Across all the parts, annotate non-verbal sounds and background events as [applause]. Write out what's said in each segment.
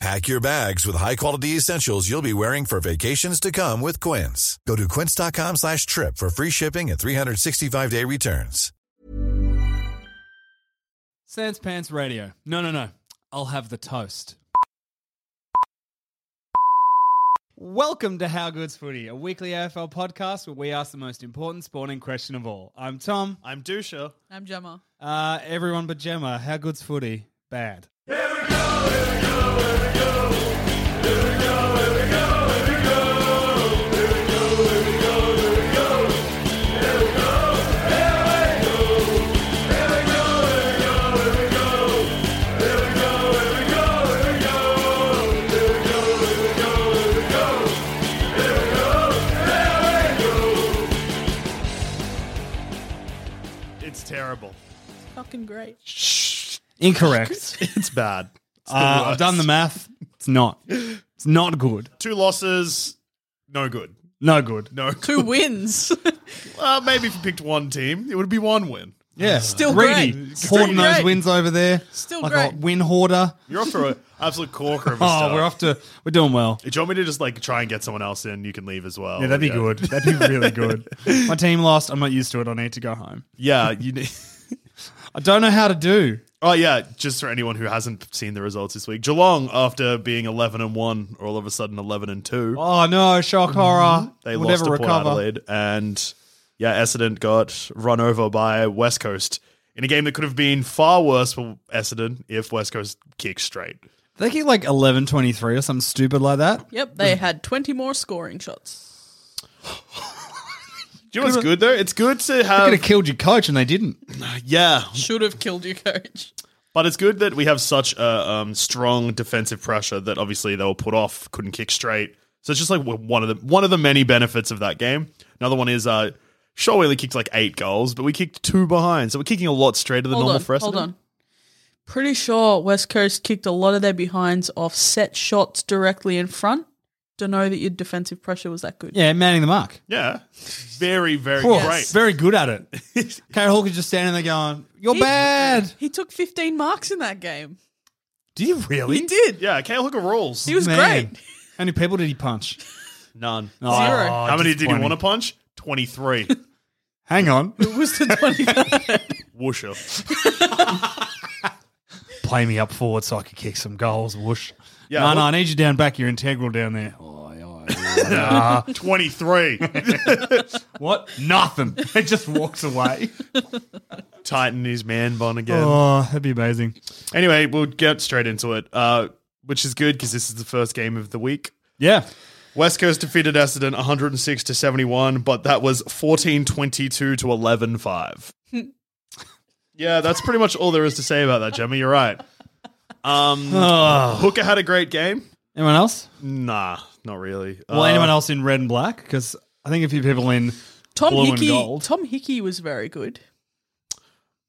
Pack your bags with high-quality essentials you'll be wearing for vacations to come with Quince. Go to quince.com slash trip for free shipping and 365-day returns. Sans Pants Radio. No, no, no. I'll have the toast. Welcome to How Good's Footy, a weekly AFL podcast where we ask the most important sporting question of all. I'm Tom. I'm Dusha. I'm Gemma. Uh, everyone but Gemma. How good's footy? [laughs] Bad. It's terrible. Fucking great. Incorrect. It's bad. It's the Uh, I've worst. done the math. It's not. It's not good. Two losses, no good. No good. No. Two wins. Uh, maybe if you picked one team, it would be one win. Yeah. Still greedy. great. Still Hoarding those great. wins over there. Still like a great. win hoarder. You're off for an [laughs] absolute corker of a Oh, start. we're off to we're doing well. Do you want me to just like try and get someone else in? You can leave as well. Yeah, that'd be good. That'd be really [laughs] good. My team lost. I'm not used to it. I need to go home. Yeah, you need. [laughs] I don't know how to do. Oh yeah, just for anyone who hasn't seen the results this week, Geelong after being eleven and one, are all of a sudden eleven and two. Oh no, shock horror. Mm-hmm. They we'll lost never to Port recover. Adelaide, and yeah, Essendon got run over by West Coast in a game that could have been far worse for Essendon if West Coast kicked straight. They get like eleven twenty three or something stupid like that. [laughs] [laughs] Yep, they had 20 more scoring shots. Do you know what's good though? It's good to They could have have killed your coach and they didn't. yeah, Should have killed your coach. but it's good that we have such a um, strong defensive pressure that obviously they were put off, couldn't kick straight. So it's just like one of the one of the many benefits of that game. Another one is uh, Shaw only kicked like eight goals, but we kicked two behind, so we're kicking a lot straighter than Hold normal on. for Essendon. Hold on. Pretty sure West Coast kicked a lot of their behinds off set shots directly in front to know that your defensive pressure was that good. Yeah, manning the mark. Yeah, very very Poor, great. Very good at [laughs] it. Carol Hawkins just standing there going, You're He- bad. He took 15 marks in that game. Do you really? He did. Yeah, Kale Hooker rules. He was Man. great. How many people did he [laughs] punch? None. Oh, Zero. How many did he disappointing. want to punch? 23. Hang [laughs] on. It [laughs] was the 23rd. Whoosher. Play me up forward so I could kick some goals. Whoosh. Yeah, no, no, well- I need you down back. You're integral down there. Oh, aye, aye, aye. 23. what? Nothing. It just walks away. Tighten his man bun again. oh, that'd be amazing. Anyway, we'll get straight into it, uh, which is good because this is the first game of the week. Yeah. West Coast defeated Essendon 106 to 71, but that was 14 22 to 11 5. yeah, that's pretty much all there is to say about that, Gemma. You're right. Um, Oh. Hooker had a great game. Anyone else? Nah, not really. Well, Uh, anyone else in red and black? Because I think a few people in. Tom Blue and Hickey. gold. Tom Hickey was very good.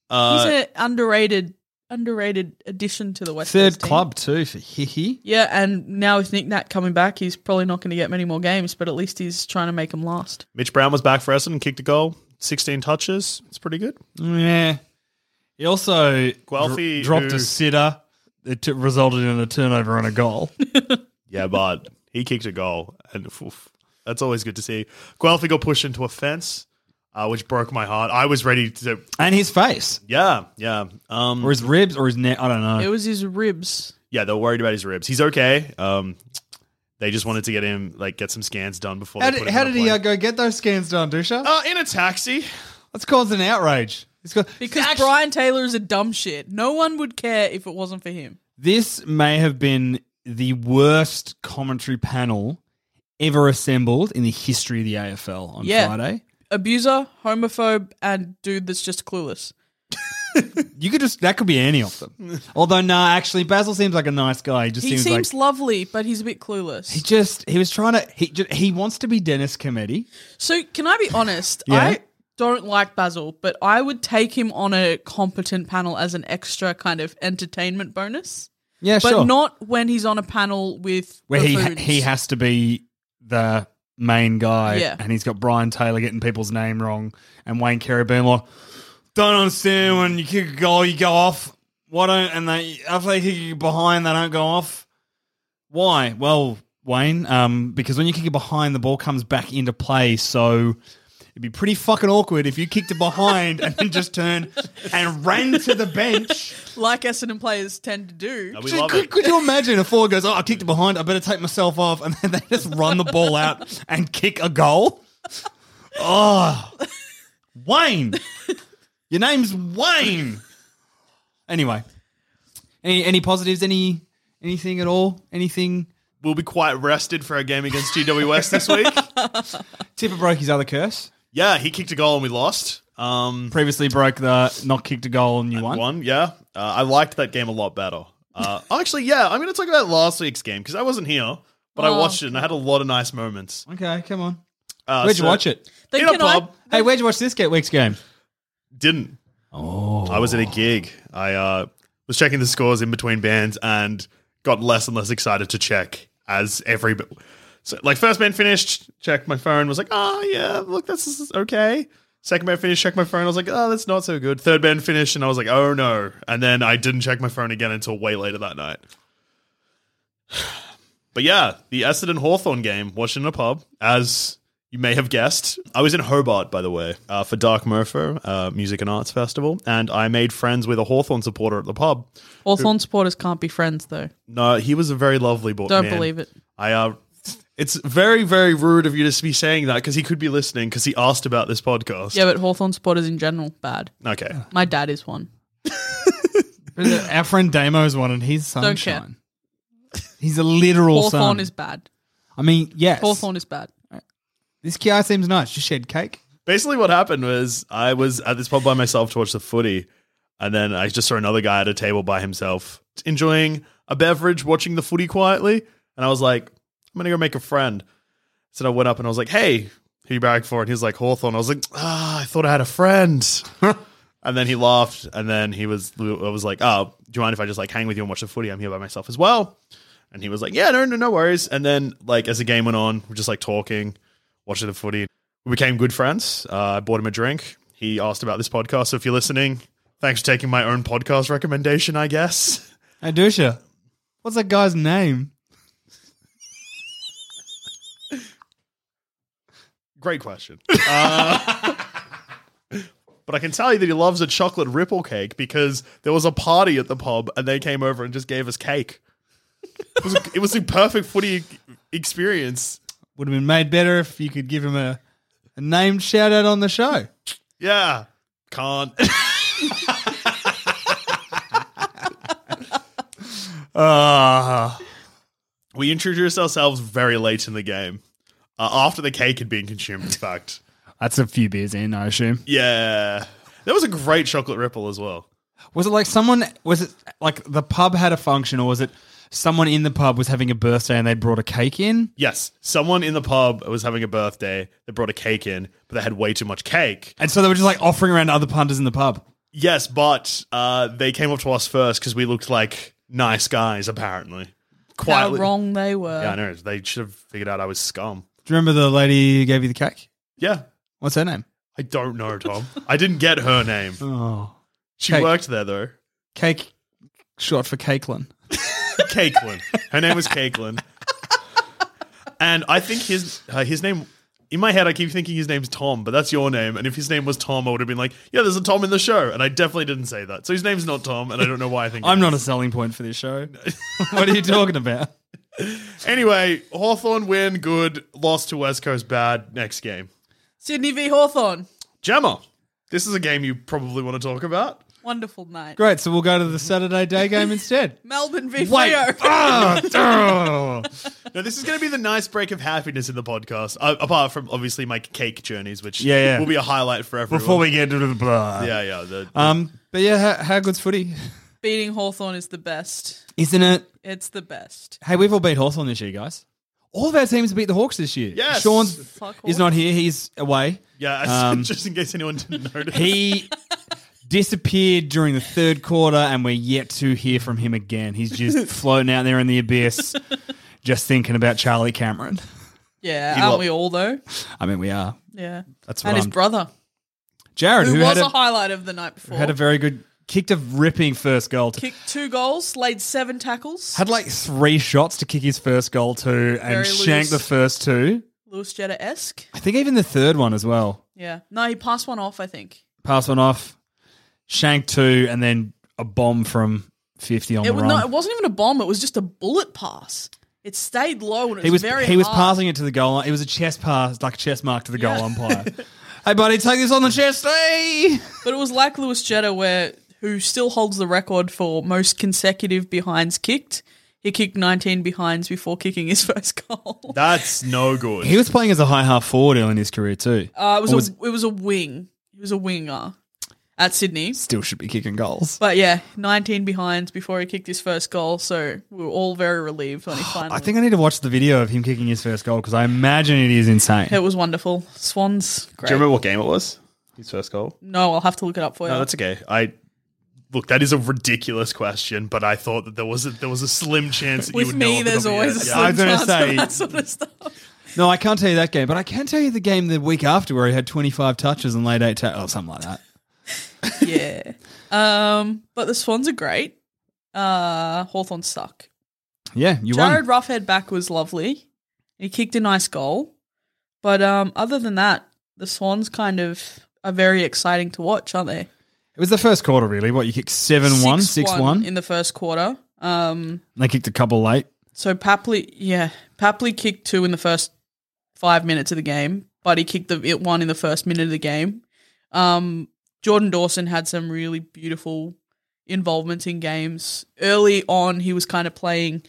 He's uh, an underrated, underrated addition to the West Third Coast team. club, too, for Hickey. Yeah, and now with Nick Nat coming back, he's probably not going to get many more games, but at least he's trying to make them last. Mitch Brown was back for Essendon, kicked a goal, 16 touches. It's pretty good. Yeah. He also Guelphy, dro- dropped who- a sitter. It t- resulted in a turnover and a goal. Yeah, but he kicked a goal, and oof, that's always good to see. Guelphy got pushed into a fence, uh, which broke my heart. I was ready to, [laughs] and his face. yeah, yeah, um, Or his ribs or his neck. I don't know. It was his ribs. yeah. They were worried about his ribs. He's okay. Um, they just wanted to get him like get some scans done before. How they did, put him how on a did he uh, plane. go get those scans done, Dusha? Uh, in a taxi. Let's cause an outrage. Let's go- Because Actually- Brian Taylor is a dumb shit. No one would care if it wasn't for him. This may have been the worst commentary panel ever assembled in the history of the AFL on Yeah. Friday. Abuser, homophobe, and dude that's just clueless. You could just that could be any of them. [laughs] Although nah, actually Basil seems like a nice guy. He just he seems, seems like lovely, but he's a bit clueless. he just he was trying to he ju- he wants to be Dennis Cometti. so can I be honest? Yeah. I don't like Basil, but I would take him on a competent panel as an extra kind of entertainment bonus. Yeah, But sure. not when he's on a panel with where the he ha- Foods. he has to be the main guy, Yeah. and he's got Brian Taylor getting people's name wrong, and Wayne Carey being like, "Don't understand when you kick a goal, you go off. Why don't and they after they kick you behind, they don't go off. Why? Well, Wayne, um, because when you kick it behind, the ball comes back into play, so." It'd be pretty fucking awkward if you kicked it behind and then just turned and ran to the bench like Essendon players tend to do. we so love could, it. could you imagine a forward goes, oh, I kicked it behind, I better take myself off, and then [laughs] they just run the ball out and kick a goal? Oh, Wayne. Your name's Wayne. Anyway, any any positives? Any anything at all? Anything? We'll be quite rested for our game against GW West [laughs] this week. Tipper broke his other curse. Yeah, he kicked a goal and we lost. Um, Previously broke the not kicked a goal and you won. one, yeah. Uh, I liked that game a lot better. [laughs] Uh, oh, actually, yeah, I'm going to talk about last week's game because I wasn't here, but Oh. I watched it and I had a lot of nice moments. Okay, come on. Uh, Where'd you so- watch it? Then in a can I- pub. Hey, where'd you watch this week's game? Didn't. Oh. I was at a gig. I uh, was checking the scores in between bands and got less and less excited to check as every. So, like, first band finished, checked my phone, was like, oh, yeah, look, this is okay. Second band finished, checked my phone, I was like, oh, that's not so good. Third band finished, and I was like, oh, no. And then I didn't check my phone again until way later that night. But yeah, the Essendon Hawthorn game, watched in a pub, as you may have guessed. I was in Hobart, by the way, uh, for Dark Murphy uh, Music and Arts Festival, and I made friends with a Hawthorn supporter at the pub. Hawthorn supporters can't be friends, though. No, he was a very lovely boy. Don't man. believe it. I, uh, it's very, very rude of you to be saying that because he could be listening because he asked about this podcast. Yeah, but Hawthorn supporters in general, bad. Okay. My dad is one. Our friend Damo's one and he's Don't sunshine. He's a literal Hawthorn sun. is bad. I mean, yes. Hawthorn is bad. This guy seems nice. You shed cake. Basically, what happened was I was at this pub by myself to watch the footy, and then I just saw another guy at a table by himself enjoying a beverage, watching the footy quietly. And I was like, I'm going to go make a friend. So I went up and I was like, hey, who you barrack for? And he was like, Hawthorne. I was like, ah, I thought I had a friend. and then he laughed. And then he was, I was like, oh, do you mind if I just like hang with you and watch the footy? I'm here by myself as well. And he was like, yeah, no, no, no worries. And then like as the game went on, we're just like talking, watching the footy. We became good friends. Uh, I bought him a drink. He asked about this podcast. So if you're listening, thanks for taking my own podcast recommendation, I guess. Hey, Dusha, what's that guy's name? Great question. Uh, [laughs] but I can tell you that he loves a chocolate ripple cake because there was a party at the pub and they came over and just gave us cake. It was, it was the perfect footy experience. Would have been made better if you could give him a, a named shout out on the show. Yeah. [laughs] Can't. Ah, Uh, we introduced ourselves very late in the game uh, after the cake had been consumed, in fact. that's a few beers in, I assume. Yeah. There was a great chocolate ripple as well. Was it like someone? Was it like the pub had a function, or was it someone in the pub was having a birthday and they brought a cake in? Yes, someone in the pub was having a birthday. They brought a cake in, but they had way too much cake. And so they were just like offering around to other punters in the pub. Yes, but uh, they came up to us first because we looked like nice guys, apparently. How Quietly. wrong they were. Yeah, I know. They should have figured out I was scum. Do you remember the lady who gave you the cake? Yeah. What's her name? I don't know, Tom. I didn't get her name. Oh, She Cake. worked there, though. cake short for Cakelin. Caitlin. Her name was Caitlin. And I think his uh, his name. In my head, I keep thinking his name's Tom, but that's your name. And if his name was Tom, I would have been like, "Yeah, there's a Tom in the show," and I definitely didn't say that. So his name's not Tom, and I don't know why I think. it I'm is. not a selling point for this show. [laughs] what are you talking about? Anyway, Hawthorn win, good. Lost to West Coast, bad. Next game, Sydney v Hawthorn. Gemma. This is a game you probably want to talk about. Wonderful night. Great, so we'll go to the Saturday day game instead. Melbourne Wait. v Freo. [laughs] Ah, duh. No, this is going to be the nice break of happiness in the podcast, uh, apart from obviously my cake journeys, which Yeah, yeah. will be a highlight for everyone. Before we get into the blah. yeah, yeah, the, Um, but yeah, how, how good's footy? Beating Hawthorn is the best. Isn't it? It's the best. Hey, we've all beat Hawthorn this year, guys. All of our teams beat the Hawks this year. Yes. Sean's Fuck is not here. He's away. yeah. [laughs] um, just in case anyone didn't notice, He [laughs] disappeared during the third quarter, and we're yet to hear from him again. He's [laughs] just floating out there in the abyss, just thinking about Charlie Cameron. Yeah, You aren't lot- we all though? I mean, we are. Yeah. That's what and his I'm- brother, Jared, who, who, was had a, a, highlight of the night before. had a very good, kicked a ripping first goal. To, Kicked two goals, laid seven tackles. had like three shots to kick his first goal to, Very and shanked the loose. first two. Lewis Jetta esque. I think even the third one as well. Yeah. No, he passed one off, I think. Pass one off, shank two, and then a bomb from fifty on It, the was, run. no, it wasn't even a bomb, it was just a bullet pass. It stayed low and it he was very he was hard. passing it to the goal. line. It was a chest pass, like a chest mark to the Yeah. goal [laughs] umpire. hey, buddy, take this on the chest. Hey! But it was like Lewis Jetta, where who still holds the record for most consecutive behinds kicked. He kicked 19 behinds before kicking his [laughs] first goal. that's no good. He was playing as a high half forward early in his career too. Uh, it was, Or was- a, it was a wing. He was a winger at Sydney. Still should be kicking goals. But yeah, 19 behinds before he kicked his first goal. So we were all very relieved when he [sighs] finally. I think I need to watch the video of him kicking his first goal because I imagine it is insane. it was wonderful. Swans, great. Do you remember what game it was? His first goal. no, I'll have to look it up for you. No, that's okay. I look. That is a ridiculous question, but I thought that there was a, there was a slim chance that you With would me, know. off the there's top of your always a head. I slim was gonna chance say. say- that sort of [laughs] stuff. No, I can't tell you that game, but I can tell you the game the week after where he had 25 touches and laid eight tackles or something like that. yeah. Um, but the Swans are great. Uh, Hawthorn suck. Yeah, you Jared won. Roughhead back was lovely. He kicked a nice goal. But um, other than that, the Swans kind of are very exciting to watch, aren't they? It was the first quarter, really. What, you kicked 7 1, 6 1? in the first quarter. Um, They kicked a couple late. so Papley, yeah, Papley kicked two in the first five minutes of the game, but he kicked the it one in the first minute of the game. Um, Jordan Dawson had some really beautiful involvements in games. Early on, he was kind of playing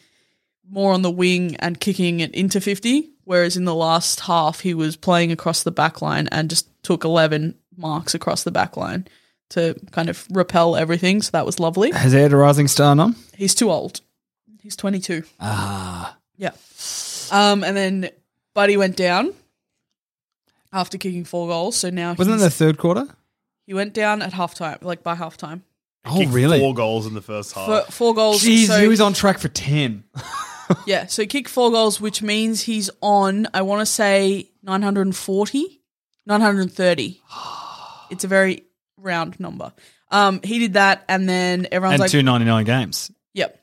more on the wing and kicking it into 50, whereas in the last half, he was playing across the back line and just took 11 marks across the back line to kind of repel everything. So that was lovely. Has Ed a rising star none? He's too old. He's 22. Ah. Yeah. Um, and then Buddy went down after kicking four goals. So now Wasn't it he's- the third quarter? he went down at halftime, like by halftime. He Oh, kicked really? Four goals in the first half. Four, four goals. Jeez, so, he was on track for 10. Yeah, so he kicked four goals, which means he's on, I want to say, 940, [sighs] 930. it's a very round number. Um, he did that, and then everyone's And like, 299 games. yep,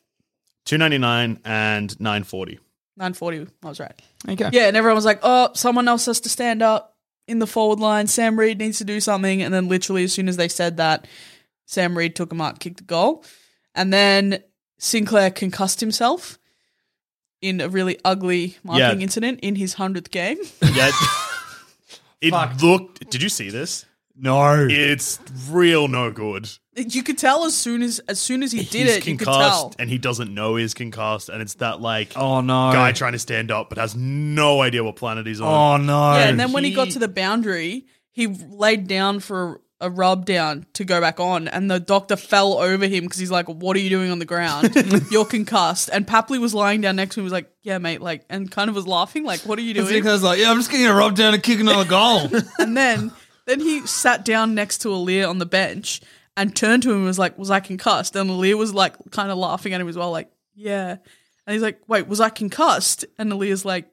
Two ninety nine and nine [laughs] forty. 940. I was right. There you go. Yeah, and everyone was like, "Oh, someone else has to stand up in the forward line. Sam Reed needs to do something." And then, literally, as soon as they said that, Sam Reed took him out, kicked a goal, and then Sinclair concussed himself in a really ugly marking Yeah. incident in his hundredth game. [laughs] Yeah. it looked. Did you see this? No. It's real no good. you could tell as soon as as soon as he did he's it, you could tell. concussed and he doesn't know he's concussed, and it's that like Oh, no. guy trying to stand up but has no idea what planet he's on. Oh, no. Yeah, and then when he got he- to the boundary, he laid down for a rub down to go back on, and the doctor fell over him because he's like, "What are you doing on the ground? You're concussed." And Papley was lying down next to him, was like, "Yeah, mate," like, and kind of was laughing, like, "What are you doing?" Because like, yeah, I'm just going to rub down and kick another [laughs] goal. and then, then he sat down next to Aaliyah on the bench and turned to him and was like, "Was I concussed?" And Aaliyah was like, kind of laughing at him as well, like, "Yeah," and he's like, "Wait, was I concussed?" And Aaliyah's like.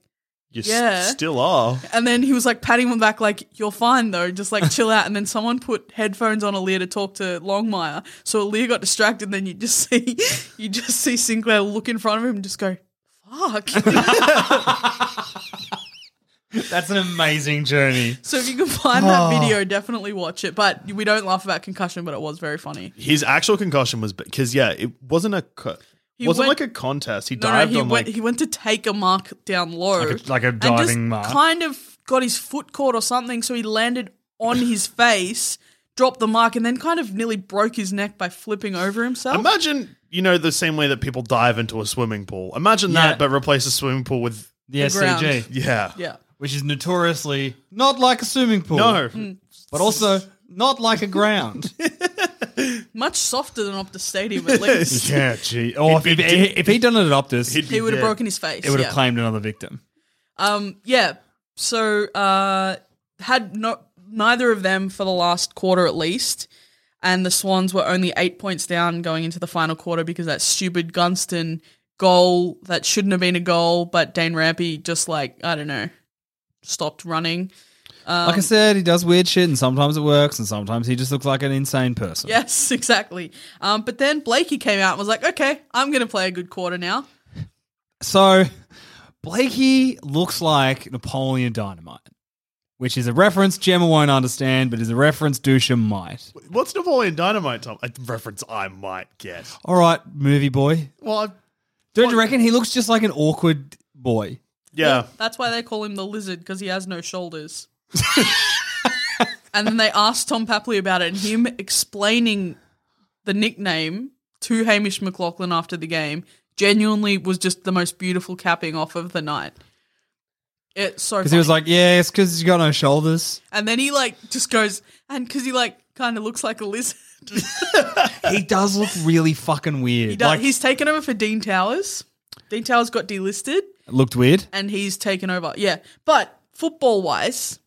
You s- Yeah. still are. And then he was like patting him back, like, you're fine though, just like chill out. And then someone put headphones on Aaliyah to talk to Longmire. So Aaliyah got distracted, and then you just [laughs] see you just see Sinclair look in front of him and just go, fuck. [laughs] That's an amazing journey. so if you can find that video, definitely watch it. But we don't laugh about concussion, but it was very funny. His actual concussion was because yeah, it wasn't a co- He wasn't went- like a contest. He No, no, dived he on went like he went to take a mark down low. Like a- like a and just diving mark. Kind of got his foot caught or something, so he landed on his face, dropped the mark and then kind of nearly broke his neck by flipping over himself. Imagine, you know, the same way that people dive into a swimming pool. Imagine Yeah. that, but replace a swimming pool with. The, ground. SCG, Yeah. yeah. which is notoriously not like a swimming pool. No. Hmm. But also not like a [laughs] ground. Much softer than Optus Stadium [laughs] at least. yeah, [laughs] gee. Oh, if, He'd be if, if he'd done it at Optus, He'd be He would have dead. broken his face. it would have yeah. claimed another victim. Um, yeah. So uh, had no, neither of them for the last quarter at least, and the Swans were only eight points down going into the final quarter because that stupid Gunston goal that shouldn't have been a goal, but Dane Rampy just like I don't know, [laughs] stopped running. Um, like I said, he does weird shit, and sometimes it works, and sometimes he just looks like an insane person. Yes, [laughs] exactly. Um, but then Blakey came out and was like, "Okay, I'm going to play a good quarter now." So Blakey looks like Napoleon Dynamite, which is a reference Gemma won't understand, but is a reference Dusha might. What's Napoleon Dynamite, Tom? A reference I might get. All right, movie boy. Well, I- Don't you reckon he looks just like an awkward boy? yeah. That's why they call him the lizard because he has no shoulders. [laughs] and then they asked Tom Papley about it, and him explaining the nickname to Hamish McLaughlin after the game genuinely was just the most beautiful capping off of the night. It's so Because he was funny. like, yeah, it's because he's got no shoulders. and then he like just goes, and because he like kind of looks like a lizard. [laughs] He does look really fucking weird. He does, Like, he's taken over for Dean Towers. Dean Towers got delisted. looked weird. and he's taken over. Yeah. But football wise,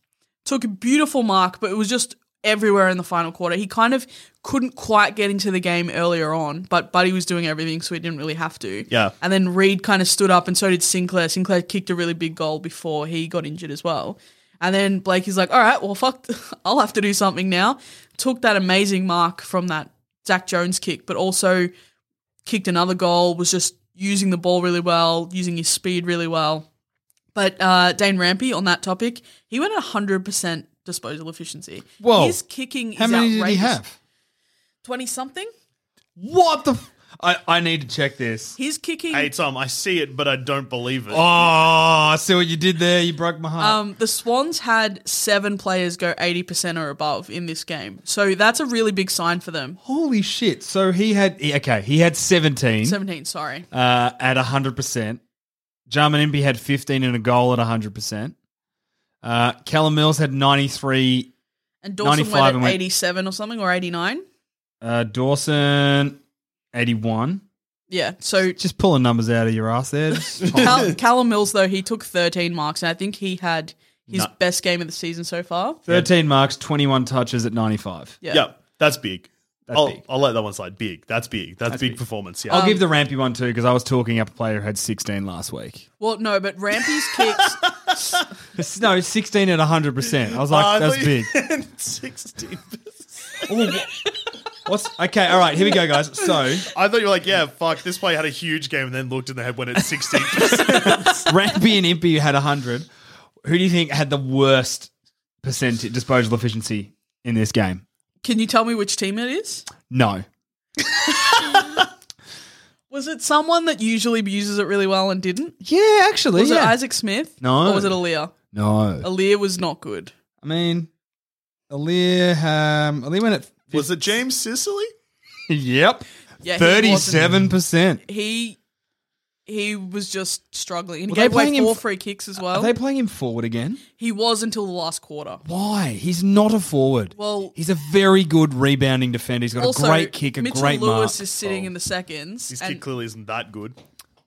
took a beautiful mark, but it was just everywhere in the final quarter. He kind of couldn't quite get into the game earlier on, but Buddy was doing everything, so he didn't really have to. Yeah. And then Reed kind of stood up, and so did Sinclair. Sinclair kicked a really big goal before he got injured as well. And then Blake is like, all right, well, fuck, [laughs] I'll have to do something now. Took that amazing mark from that Zach Jones kick, but also kicked another goal, was just using the ball really well, using his speed really well. But uh, Dane Rampy on that topic, he went at 100% disposal efficiency. Whoa. His kicking How is many did he outrageous. have? 20 something? What the? F- I, I need to check this. His kicking. Hey, Tom, um, I see it, but I don't believe it. Oh, I see what you did there. You broke my heart. Um, the Swans had seven players go 80% or above in this game. So that's a really big sign for them. Holy shit! So he had he- okay. He had seventeen 17, sorry. uh, at hundred percent. Jarman Impey had fifteen and a goal at hundred percent. Uh, Callum Mills had ninety three. And Dawson 95 went and at went- 87 or something, or 89. Uh, Dawson eighty one. Yeah. So Just pulling numbers out of your ass there. [laughs] Cal- Callum Mills, though, he took 13 marks, and I think he had his No. best game of the season so far. Thirteen marks, twenty one touches at ninety five. Yeah. Yeah, that's big. That's I'll, big. I'll let that one slide. Big. That's big. That's, big, performance. Yeah. I'll give the rampy one too because I was talking up a player who had sixteen last week. Well, no, but Rampy's kicks. [laughs] No, 16 at 100%. Oh, I was like, Uh, I that's thought big. you- [laughs] 16. [laughs] What's okay? All right, here we go, guys. [laughs] So, I thought you were like, yeah, fuck, this player had a huge game and then looked in the head when it's 16. [laughs] Rampy and Impy had 100. Who do you think had the worst percentage disposal efficiency in this game? Can you tell me which team it is? No. Was it someone that usually uses it really well and didn't? Yeah, actually. Was it yeah. Isaac Smith? No. Or was it Aaliyah? No. Aaliyah was not good. I mean, Aaliyah, um, Aaliyah went at. Was it James Sicily? [laughs] Yep. Yeah, he wasn't- 37%. He he was just struggling. And Were he they gave playing away him four f- free kicks as Are well. they playing him forward again? he was until the last quarter. Why? He's not a forward. Well- he's a very good rebounding defender. He's got also, a great kick, a Mitchell great Oh. Lewis mark. is sitting in the seconds. His and- kick clearly isn't that good.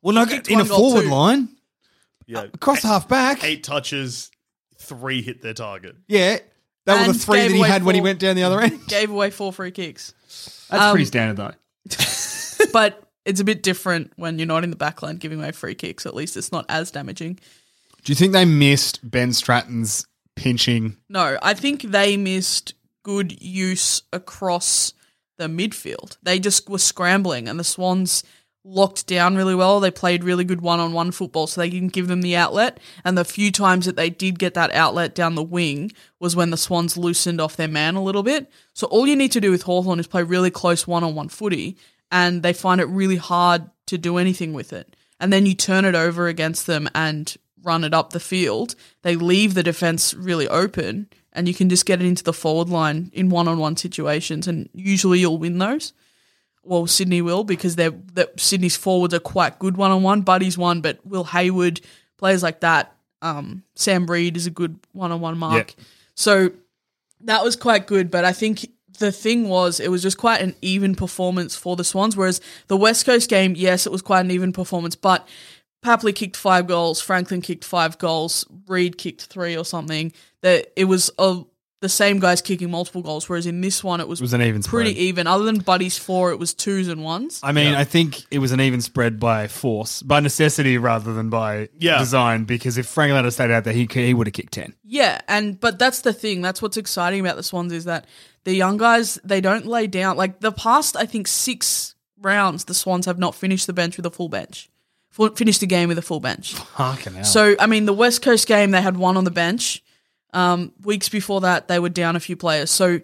Well, no, kicked in a one goal forward too. line, Yeah. across half back. Eight touches, three hit their target. Yeah, that were the And three that gave he away had when he four. went down the other end. gave away four free kicks. That's pretty standard though. But it's a bit different when you're not in the back line giving away free kicks. At least it's not as damaging. Do you think they missed Ben Stratton's pinching? No, I think they missed good use across the midfield. They just were scrambling, and the Swans locked down really well. They played really good one on one football, so they didn't give them the outlet. And the few times that they did get that outlet down the wing was when the Swans loosened off their man a little bit. So all you need to do with Hawthorn is play really close one on one footy, and they find it really hard to do anything with it. And then you turn it over against them and run it up the field. They leave the defense really open, and you can just get it into the forward line in one-on-one situations, and usually you'll win those. Well, Sydney will because they're that Sydney's forwards are quite good one-on-one. Buddy's one, but Will Hayward, players like that. Um, Sam Reed is a good one-on-one mark. So that was quite good, but I think the thing was it was just quite an even performance for the Swans. Whereas the West Coast game, yes, it was quite an even performance, but Papley kicked five goals, Franklin kicked five goals, Reed kicked three or something. That it was a, the same guys kicking multiple goals. Whereas in this one, it was, It was an even pretty spread. even. Other than Buddy's four, it was twos and ones. I mean, I think it was an even spread by force, by necessity rather than by Yeah. design. Because if Franklin had stayed out there, he c- he would have kicked ten. Yeah, and but that's the thing. That's what's exciting about the Swans is that the young guys they don't lay down. Like the past, I think six rounds, the Swans have not finished the bench with a full bench, full, finished the game with a full bench. Harkin out. So I mean, the West Coast game they had one on the bench. Um, weeks before that, they were down a few players. So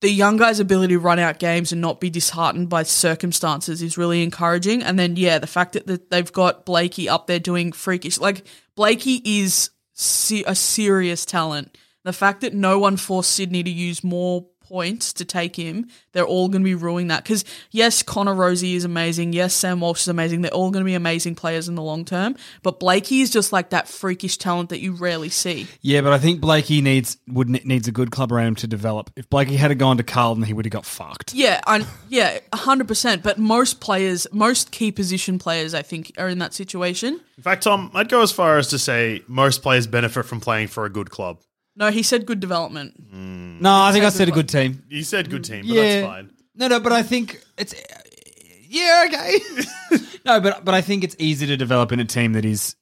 the young guys' ability to run out games and not be disheartened by circumstances is really encouraging. And then yeah, the fact that, that they've got Blakey up there doing freakish like Blakey is se- a serious talent. The fact that no one forced Sydney to use more points to take him, they're all going to be ruining that. Because yes, Connor Rosie is amazing. Yes, Sam Walsh is amazing. They're all going to be amazing players in the long term. But Blakey is just like that freakish talent that you rarely see. yeah, but I think Blakey needs would ne- needs a good club around him to develop. If Blakey had gone to Carlton, he would have got fucked. Yeah, I, yeah, hundred percent. But most players, most key position players, I think, are in that situation. In fact, Tom, I'd go as far as to say most players benefit from playing for a good club. No, he said good development. No, I think I said a good team. You said good team, but Mm, yeah, that's fine. no, no, but I think it's yeah okay. no, but but I think it's easy to develop in a team that is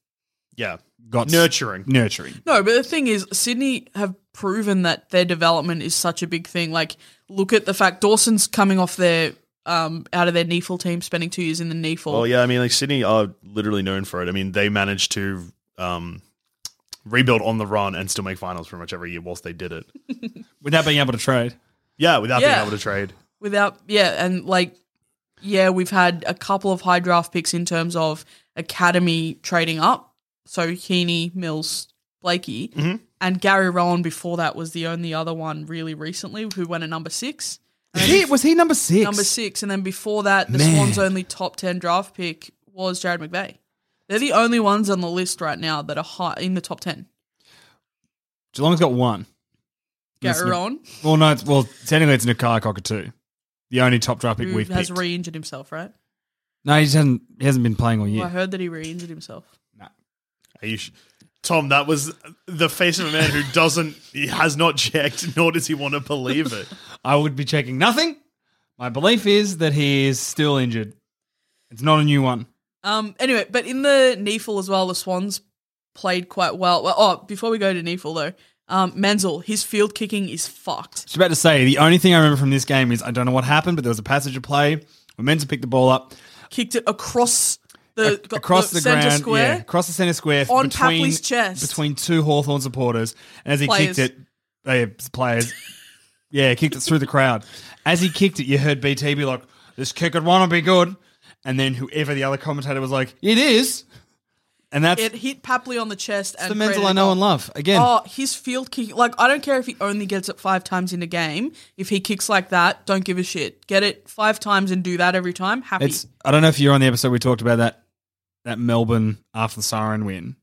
Yeah. got s- Nurturing. nurturing. No, but the thing is, Sydney have proven that their development is such a big thing. Like, look at the fact Dawson's coming off their um out of their NEFL team, spending two years in the NEFL. Well, Oh, yeah, I mean, like Sydney are literally known for it. I mean, they managed to um, rebuild on the run and still make finals pretty much every year whilst they did it. Without being able to trade, Yeah, without Yeah. being able to trade. Without, yeah, and like, yeah, we've had a couple of high draft picks in terms of academy trading up. So Heaney, Mills, Blakey, Mm-hmm. and Gary Rowan before that was the only other one really recently who went at number six. he, was he number six? number six, and then before that, the Man. Swans' only top ten draft pick was Jared McVeigh. They're the only ones on the list right now that are high in the top ten. Geelong's got one. Yes, Gary no. Rowan, Well, no, it's, well, technically it's Nakara Cockatoo, the only top draft pick who we've Mm, has picked. re-injured himself, right? no, he just hasn't. He hasn't been playing all I year. heard that he re-injured himself. Are you sh- Tom, that was the face of a man who doesn't, he has not checked, [laughs] nor does he want to believe it. I would be checking nothing. My belief is that he is still injured. It's not a new one. Um. Anyway, but in the Neefel as well, the Swans played quite well. well oh, before we go to Neefel though, um, Menzel, his field kicking is fucked. Just about to say the only thing I remember from this game is I don't know what happened, but there was a passage of play. We meant to pick the ball up Kicked it across the ac- across the, centre ground, square. yeah, across the center square On between Papley's chest. between two Hawthorn supporters, and as he Players. kicked it, oh, yeah, [laughs] players, yeah, kicked it through the crowd. As he kicked it, you heard BT be like, "This kick at one will be good," and then whoever the other commentator was like, "It is," and that's It hit Papley on the chest. it's and the mental created I a know goal. and love again. Oh, his field kick. Like, I don't care if he only gets it five times in a game. If he kicks like that, don't give a shit. Get it five times and do that every time. Happy. It's I don't know if you're on the episode we talked about that that Melbourne after the siren win.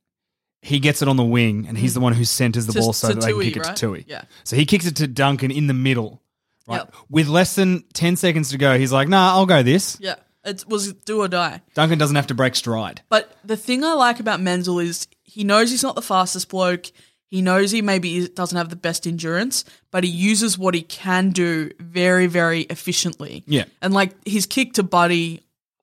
He gets it on the wing, and he's the one who centers the Hmm. To- ball so to that they can Tui, kick it right? to Tui. Yeah. So he kicks it to Duncan in the middle, right? Yep. With less than ten seconds to go, he's like, "Nah, I'll go this." yeah. It was do or die. Duncan doesn't have to break stride. But the thing I like about Menzel is he knows he's not the fastest bloke. He knows he maybe doesn't have the best endurance, but he uses what he can do very, very efficiently. Yeah. And like his kick to Buddy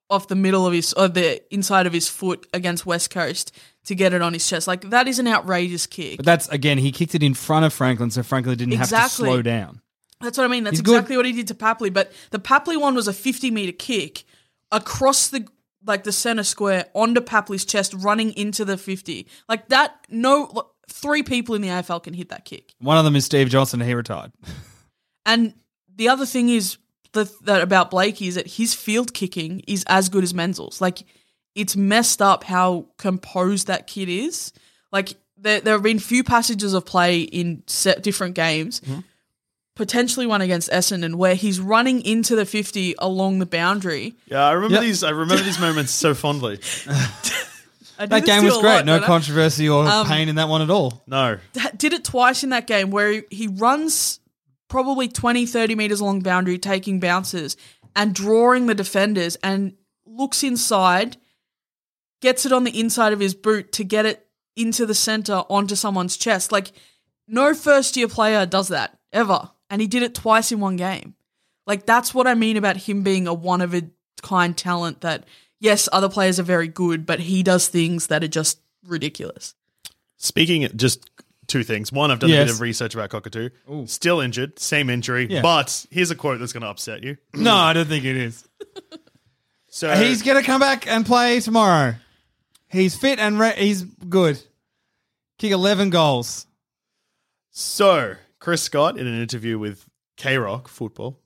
off the middle of his, or the inside of his foot against West Coast to get it on his chest. Like that is an outrageous kick. But that's again, he kicked it in front of Franklin, so Franklin didn't have to Exactly. slow down. That's what I mean. That's He's good. exactly what he did to Papley. But the Papley one was a 50 meter kick across the like the center square onto Papley's chest, running into the 50. Like that. No, look, three people in the AFL can hit that kick. One of them is Steve Johnson. He [laughs] retired. And the other thing is the, that about Blakey is that his field kicking is as good as Menzel's. Like it's messed up how composed that kid is. Like there, there have been few passages of play in set different games, Mm-hmm. potentially one against Essendon, where he's running into the 50 along the boundary. Yeah, I remember Yep. these. I remember these moments so fondly. I do That this game to was a great. lot, no don't I? controversy or Um, pain in that one at all. No, ha- [laughs] did it twice in that game where he, he runs probably 20, 30 meters along boundary, taking bounces and drawing the defenders and looks inside, gets it on the inside of his boot to get it into the center onto someone's chest. Like, no first year player does that ever. And he did it twice in one game. Like, that's what I mean about him being a one of a kind talent that, yes, other players are very good, but he does things that are just ridiculous. Speaking just two things. One, I've done a Yes. bit of research about Cockatoo. Still injured, same injury. Yeah. But here's a quote that's going to upset you. No, I don't think it is. So He's gonna come back and play tomorrow. He's fit and re- he's good. Kick eleven goals. so Chris Scott in an interview with K Rock Football,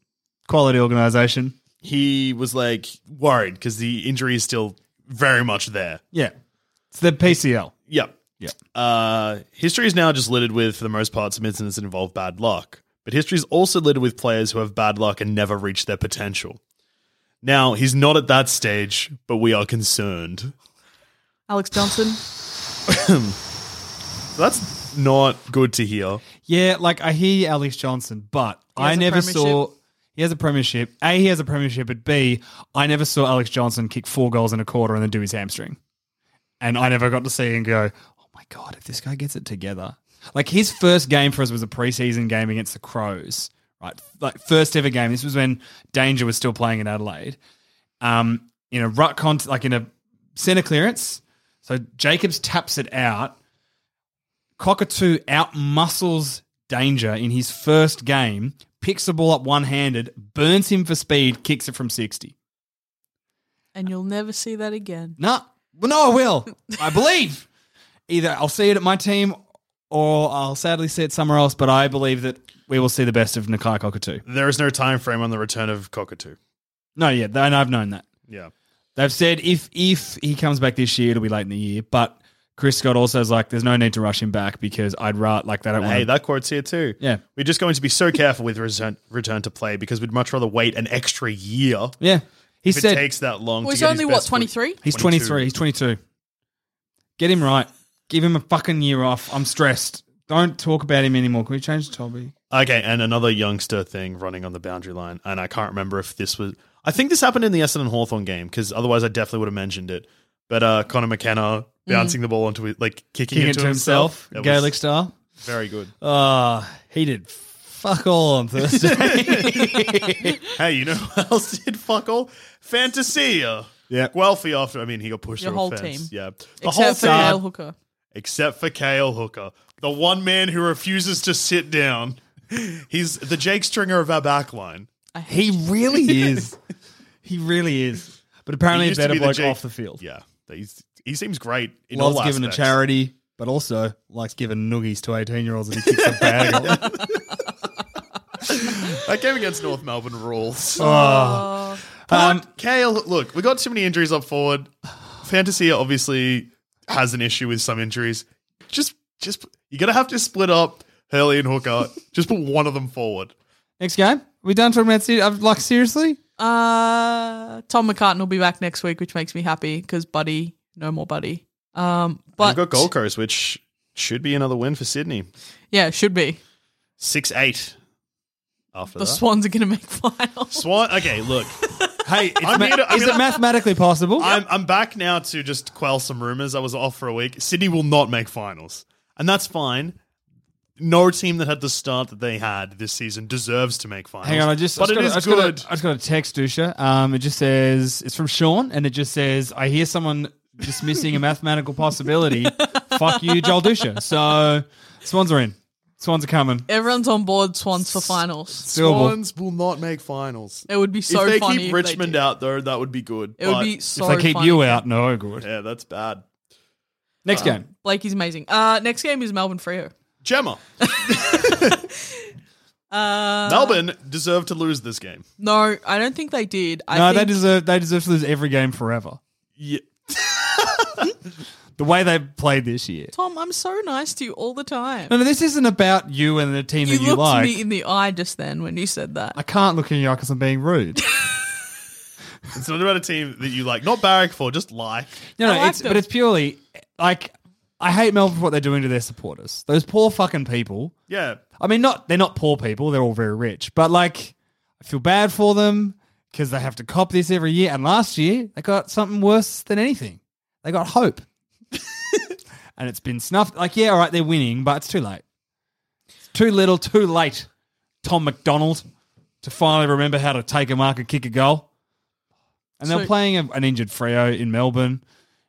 Quality organisation. he was like worried because the injury is still very much there. Yeah, it's the PCL. Yep. Yeah. Uh, history is now just littered with, for the most part, some incidents that involve bad luck. But history is also littered with players who have bad luck and never reach their potential. Now, he's not at that stage, but we are concerned. Alex Johnson. So that's not good to hear. Yeah, like I hear you, Alex Johnson, but He has I a never premiership. saw. He has a premiership. A, he has a premiership, but B, I never saw Alex Johnson kick four goals in a quarter and then do his hamstring. And I never got to see him go, oh my God, if this guy gets it together. Like his first game for us was a preseason game against the Crows, right? Like first ever game. This was when Danger was still playing in Adelaide. Um, in a ruck, con- like in a centre clearance. So Jacobs taps it out. Cockatoo outmuscles Danger in his first game, picks the ball up one handed, burns him for speed, kicks it from 60. and you'll never see that again. No, well, no, I will. I believe. Either I'll see it at my team or I'll sadly see it somewhere else, but I believe that we will see the best of Nakai Cockatoo. There is no time frame on the return of Cockatoo. No, yeah, and I've known that. Yeah. They've said if if he comes back this year, it'll be late in the year, but Chris Scott also is like, there's no need to rush him back because I'd rather, like, they don't want Hey, to. that quote's here too. Yeah. We're just going to be so careful with return, return to play because we'd much rather wait an extra year yeah. He if said, it takes that long. Well, to he's get his only, what, best foot- 23? He's 22. 23. He's 22. Get him right. Give him a fucking year off. I'm stressed. Don't talk about him anymore. Can we change the topic? Okay, and another youngster thing running on the boundary line, and I can't remember if this was. I think this happened in the Essendon Hawthorn game because otherwise I definitely would have mentioned it. But uh, Connor Mm. McKenna bouncing the ball onto it, like kicking King it to himself. That was Gaelic style. very good. Uh, he did fuck all on [laughs] Thursday. Hey, you know [laughs] who else did fuck all? Fantasia. Yeah. Guelphy after. I mean, he got pushed Your through a whole fence. team. Yeah, the whole Except for team, Kyle Hooker. except for Kale Hooker, the one man who refuses to sit down. He's the Jake Stringer of our back line. he really is. He really is. But apparently, He a used to better be the bloke Jake- off the field. Yeah, he's, he seems great. In all Loves giving aspects. to charity, but also likes giving noogies to 18 year olds that he kicks a bag. [laughs] on. That game against North Melbourne [laughs] rules. Oh, Um, Kale, look, we got too many injuries up forward. Fantasy obviously has an issue with some injuries. Just, just you're gonna have to split up Hurley and Hooker. just put one of them forward. next game. We done talking about City? I've- Like, seriously? Uh, Tom McCartan will be back next week, which makes me happy because Buddy, no more Buddy. Um, but We've got Gold Coast, which should be another win for Sydney. yeah, should be. Six eight. After The that, Swans are going to make [laughs] finals. Swan. Okay, [laughs] look. hey, it's I'm, Ma- here to- I'm is gonna- it mathematically possible? I'm, I'm back now to just quell some rumors. I was off for a week. Sydney will not make finals, and that's fine. No team that had the start that they had this season deserves to make finals. Hang on, I just but I it just is got a- I good. just got a- I just got a text, Dusha. Um, it just says it's from Sean, and it just says I hear someone dismissing a mathematical [laughs] possibility. Fuck you, Joel Dusha. So Swans are in. Swans are coming. Everyone's on board Swans for finals. Doable. Swans will not make finals. It would be so if they funny. keep if Richmond they did. out, though, that would be good. It would but- be so If they keep funny. you out, no good. yeah, Uh, that's bad. Next game. Blakey's amazing. Uh, next game is Melbourne Freo. [laughs] Gemma, Uh, Melbourne deserve to lose this game. no, I don't think they did. I no, think they deserve they deserve to lose every game forever. Yeah. The way they played this year. Tom, I'm so nice to you all the time. No, no, this isn't about you and the team You that you looked like. me in the eye just then when you said that. I can't look in your eye because I'm being [laughs] rude. It's not about a team that you like, not barrack for, just like. No, I no, liked it's, them. but it's purely like I hate Melbourne for what they're doing to their supporters. Those poor fucking people. Yeah. I mean, not they're not poor people; they're all very rich. But like, I feel bad for them because they have to cop this every year. And last year, they got something worse than anything. They got hope, [laughs] and it's been snuffed. Like, yeah, all right, they're winning, but it's too late. It's too little, too late. Tom McDonald to finally remember how to take a mark and kick a goal. And they're So- playing a, an injured Freo in Melbourne,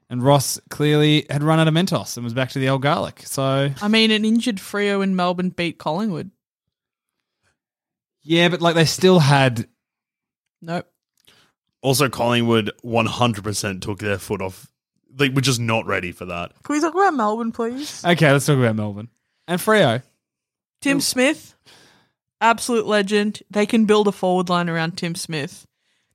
and Ross clearly had run out of Mentos and was back to the old garlic. So I mean, an injured Frio in Melbourne beat Collingwood. yeah, but like they still had Nope. Also, Collingwood 100% took their foot off. They were just not ready for that. Can we talk about Melbourne, please? Okay, let's talk about Melbourne and Freo. Uh, Tim Smith, absolute legend. They can build a forward line around Tim Smith.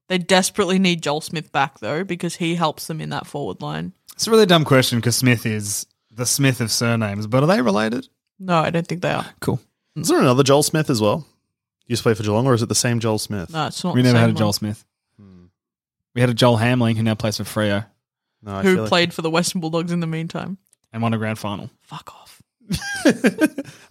They desperately need Joel Smith back though because he helps them in that forward line. It's a really dumb question because Smith is the Smith of surnames, but are they related? No, I don't think they are. Cool. Is there another Joel Smith as well? You used to play for Geelong, or is it the same Joel Smith? No, it's not. we the never same had a one. Hmm. Joel Smith. We had a Joel Hamling who now plays for Freo No, I feel who like- played for the Western Bulldogs in the meantime. and won a grand final. Fuck off.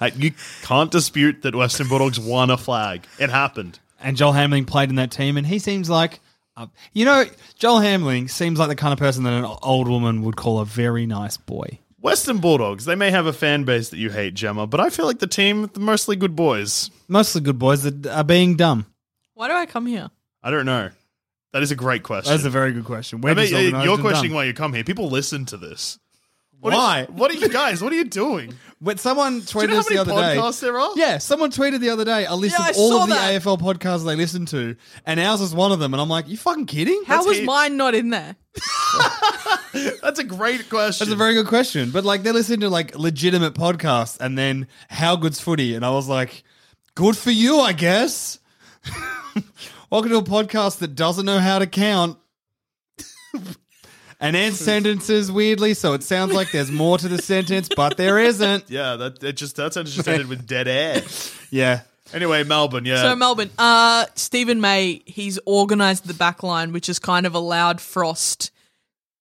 Uh, you can't dispute that Western Bulldogs won a flag. It happened. And Joel Hamling played in that team, and he seems like, uh, you know, Joel Hamling seems like the kind of person that an old woman would call a very nice boy. Western Bulldogs, they may have a fan base that you hate, Gemma, but I feel like the team, they're mostly good boys. Mostly good boys that are being dumb. Why do I come here? I don't know. That is a great question. That's a very good question. I Where mean, uh, you're questioning why you come here. People listen to this. What are- Why? what are you guys? What are you doing? When someone tweeted Do you know us how many the other day, podcasts there are? Yeah, someone tweeted the other day a list Yeah, I of all saw of the that. AFL podcasts they listen to, and ours is one of them. And I'm like, you fucking kidding? How That's was he- mine not in there? That's a great question. That's a very good question. But like, they're listening to like legitimate podcasts, and then how good's footy? And I was like, good for you, I guess. [laughs] Welcome to a podcast that doesn't know how to count. And ends sentences weirdly, so it sounds like there's more to the sentence, but there [laughs] isn't. yeah, that it just that sentence just ended with [laughs] dead air. Yeah. Anyway, Melbourne, yeah. So Melbourne, uh, Stephen May, he's organised the back line, which has kind of allowed Frost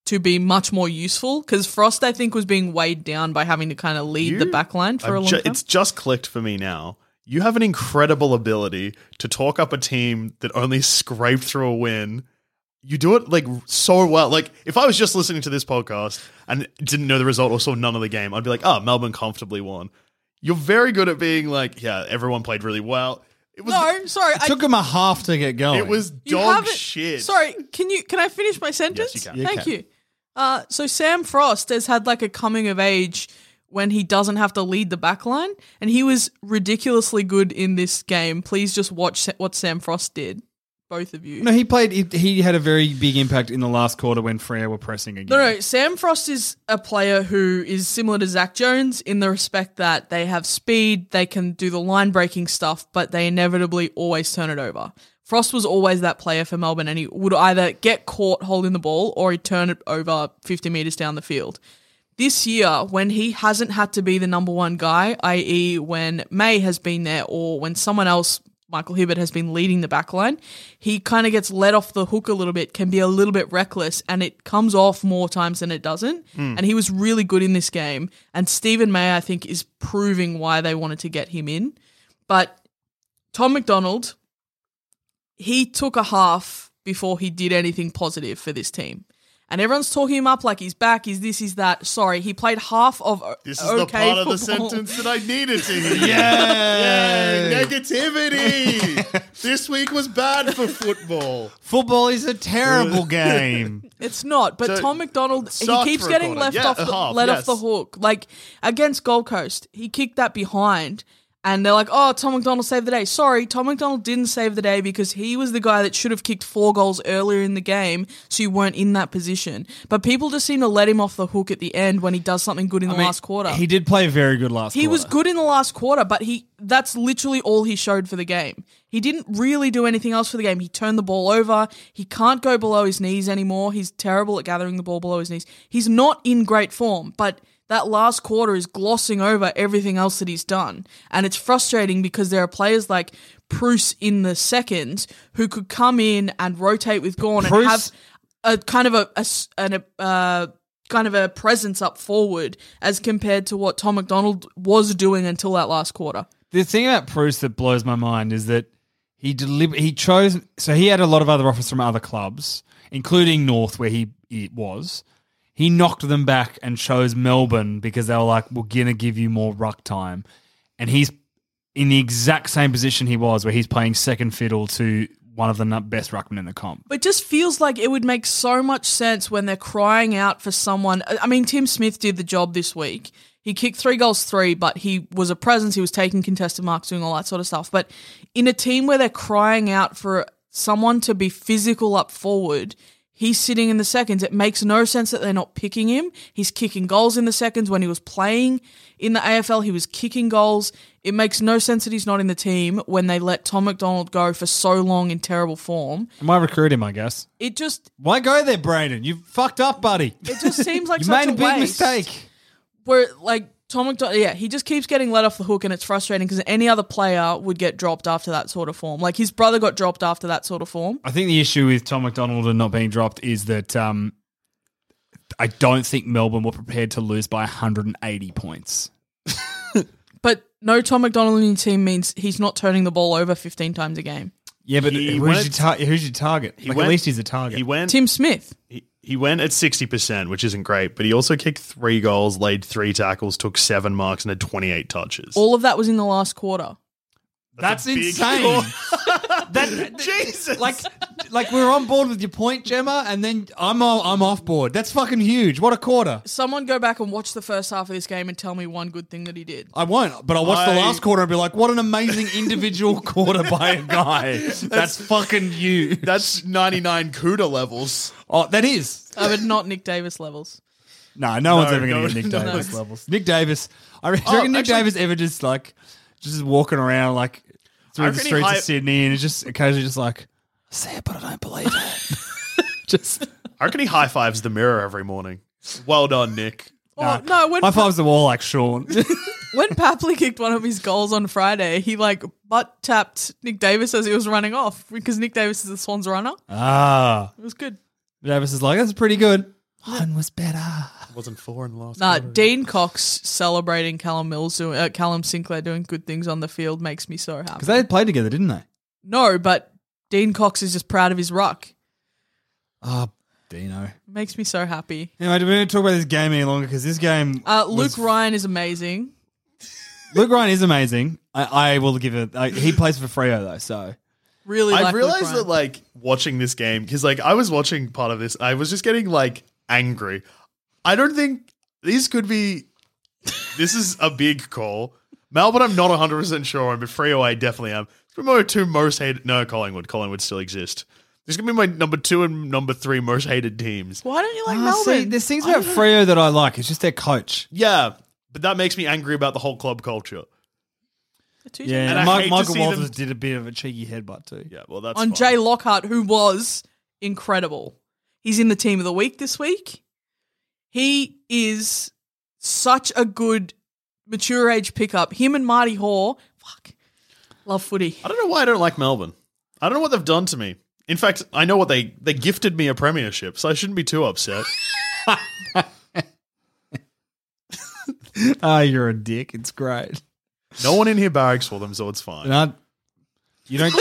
to be much more useful because Frost, I think, was being weighed down by having to kind of lead the You- back line for a I've long ju- time. It's just clicked for me now. You have an incredible ability to talk up a team that only scraped through a win. You do it like so well. Like if I was just listening to this podcast and didn't know the result or saw none of the game, I'd be like, "Oh, Melbourne comfortably won." You're very good at being like, "Yeah, everyone played really well." It was No, sorry, I Took him a half to get going. it was you dog haven't- shit. Sorry, can you can I finish my sentence? can. You Thank can. you. Uh, so Sam Frost has had like a coming of age when he doesn't have to lead the back line, and he was ridiculously good in this game. Please just watch Sa- what Sam Frost did, both of you. No, he played. He, he had a very big impact in the last quarter when Freo were pressing again. No, no. Sam Frost is a player who is similar to Zach Jones in the respect that they have speed, they can do the line breaking stuff, but they inevitably always turn it over. Frost was always that player for Melbourne, and he would either get caught holding the ball or he'd turn it over 50 metres down the field. This year, when he hasn't had to be the number one guy, i.e., when May has been there or when someone else, Michael Hibbert, has been leading the back line, he kind of gets let off the hook a little bit, can be a little bit reckless, and it comes off more times than it doesn't. And he was really good in this game. And Stephen May, I think, is proving why they wanted to get him in. But Tom McDonald, he took a half before he did anything positive for this team. And everyone's talking him up like he's back, he's this, he's that. Sorry, he played half of o- This is the okay part of the football. sentence that I needed [laughs] to hear. Yay! Yay! [laughs] Negativity! this week was bad for football. Football is a [laughs] terrible game. It's not, but So- Tom McDonald he Sucked keeps for a getting corner. left Yeah, off the, half, let yes. off the hook. Like against Gold Coast, he kicked that behind and they're like, "Oh, Tom McDonald saved the day." Sorry, Tom McDonald didn't save the day because he was the guy that should have kicked four goals earlier in the game, so you weren't in that position. But people just seem to let him off the hook at the end when he does something good in the last quarter. He did play very good last He quarter. was good in the last quarter, but he that's literally all he showed for the game. He didn't really do anything else for the game. He turned the ball over. He can't go below his knees anymore. He's terrible at gathering the ball below his knees. He's not in great form, but that last quarter is glossing over everything else that he's done. And it's frustrating because there are players like Bruce in the seconds who could come in and rotate with Gorn and Bruce- have a kind of a, a s- an, a uh, kind of a presence up forward as compared to what Tom McDonald was doing until that last quarter. The thing about Proust that blows my mind is that he deliber- he chose so he had a lot of other offers from other clubs, including North where he, he was. He knocked them back and chose Melbourne because they were like, "We're gonna give you more ruck time," and he's in the exact same position he was, where he's playing second fiddle to one of the nu- best ruckmen in the comp. But it just feels like it would make so much sense when they're crying out for someone. I I mean, Tim Smith did the job this week. He kicked three goals, three, but he was a presence. He was taking contested marks, doing all that sort of stuff. But in a team where they're crying out for someone to be physical up forward, he's sitting in the seconds. It makes no sense that they're not picking him. He's kicking goals in the seconds. When he was playing in the AFL, he was kicking goals. It makes no sense that he's not in the team when they let Tom McDonald go for so long in terrible form. I might recruit him, I guess. It just Why go there, Braden? You fucked up, buddy. It just seems [laughs] like you such made a a big waste. mistake. Where like Tom McDonald, yeah, he just keeps getting let off the hook, and it's frustrating because any other player would get dropped after that sort of form. Like his brother got dropped after that sort of form. I think the issue with Tom McDonald and not being dropped is that um, I don't think Melbourne were prepared to lose by 180 points. But no Tom McDonald in your team means he's not turning the ball over fifteen times a game. Yeah, but He who's, went- your tar- who's your target? He like, went- at least he's a target. He went. Tim Smith, he, he went at sixty percent, which isn't great, but he also kicked three goals, laid three tackles, took seven marks, and had twenty-eight touches. all of that was in the last quarter. That's, a big insane. [laughs] score. [laughs] [laughs] that, Jesus, like, like we're on board with your point, Gemma, and then I'm all, I'm off board. That's fucking huge. What a quarter. Someone go back and watch the first half of this game and tell me one good thing that he did. I won't, but I'll watch I- the last quarter and be like, what an amazing [laughs] individual quarter by a guy. That's, fucking huge. that's ninety-nine CUDA levels. Oh, that is. I would not Nick Davis levels. No, no, one's ever going no, to get Nick no. Davis levels. Nick Davis, I reckon Oh, Nick actually- Davis ever just like just walking around like I through the reckon he streets hi- of Sydney and it's just occasionally just like I say it, but I don't believe it. [laughs] just I reckon he high fives the mirror every morning. Well done, Nick. Oh no, when high fives the wall like [laughs] Sean. when Papley kicked one of his goals on Friday, he like butt tapped Nick Davis as he was running off because Nick Davis is the Swans runner. ah, It was good. Davis is like that's pretty good. Mine was better. Wasn't four in the last. Nah, quarter. Dean Cox celebrating Callum Mills, doing, uh, Callum Sinclair doing good things on the field makes me so happy. Because they had played together, didn't they? no, but Dean Cox is just proud of his ruck. Ah, Dino. Makes me so happy. Anyway, do we need to talk about this game any longer? Because this game, Uh, Luke was- Ryan is amazing. Luke Ryan is amazing. I, I will give it. I, he plays for Freo though, so Really, I like Luke realized Ryan. that like watching this game because like I was watching part of this, I was just getting like angry. I don't think these could be. this is a big call, Melbourne. I'm not 100 percent sure on, but Frio I definitely am. It's been my two most hated. No, Collingwood. Collingwood still exist. This is gonna be my number two and number three most hated teams. why don't you like Ah, Melbourne? see, there's things about Freo that I like. It's just their coach. Yeah, but that makes me angry about the whole club culture. The two Yeah, And I Mi- hate to Michael see Walters them- did a bit of a cheeky headbutt too. Yeah, well that's on fine. Jay Lockhart, who was incredible. He's in the team of the week this week. He is such a good mature age pickup. Him and Marty Hoare, fuck, love footy. I don't know why I don't like Melbourne. I don't know what they've done to me. In fact, I know what they they gifted me a premiership, so I shouldn't be too upset. Ah, you're a dick. It's great. No one in here barracks for them, so it's fine. And I, you [laughs] don't.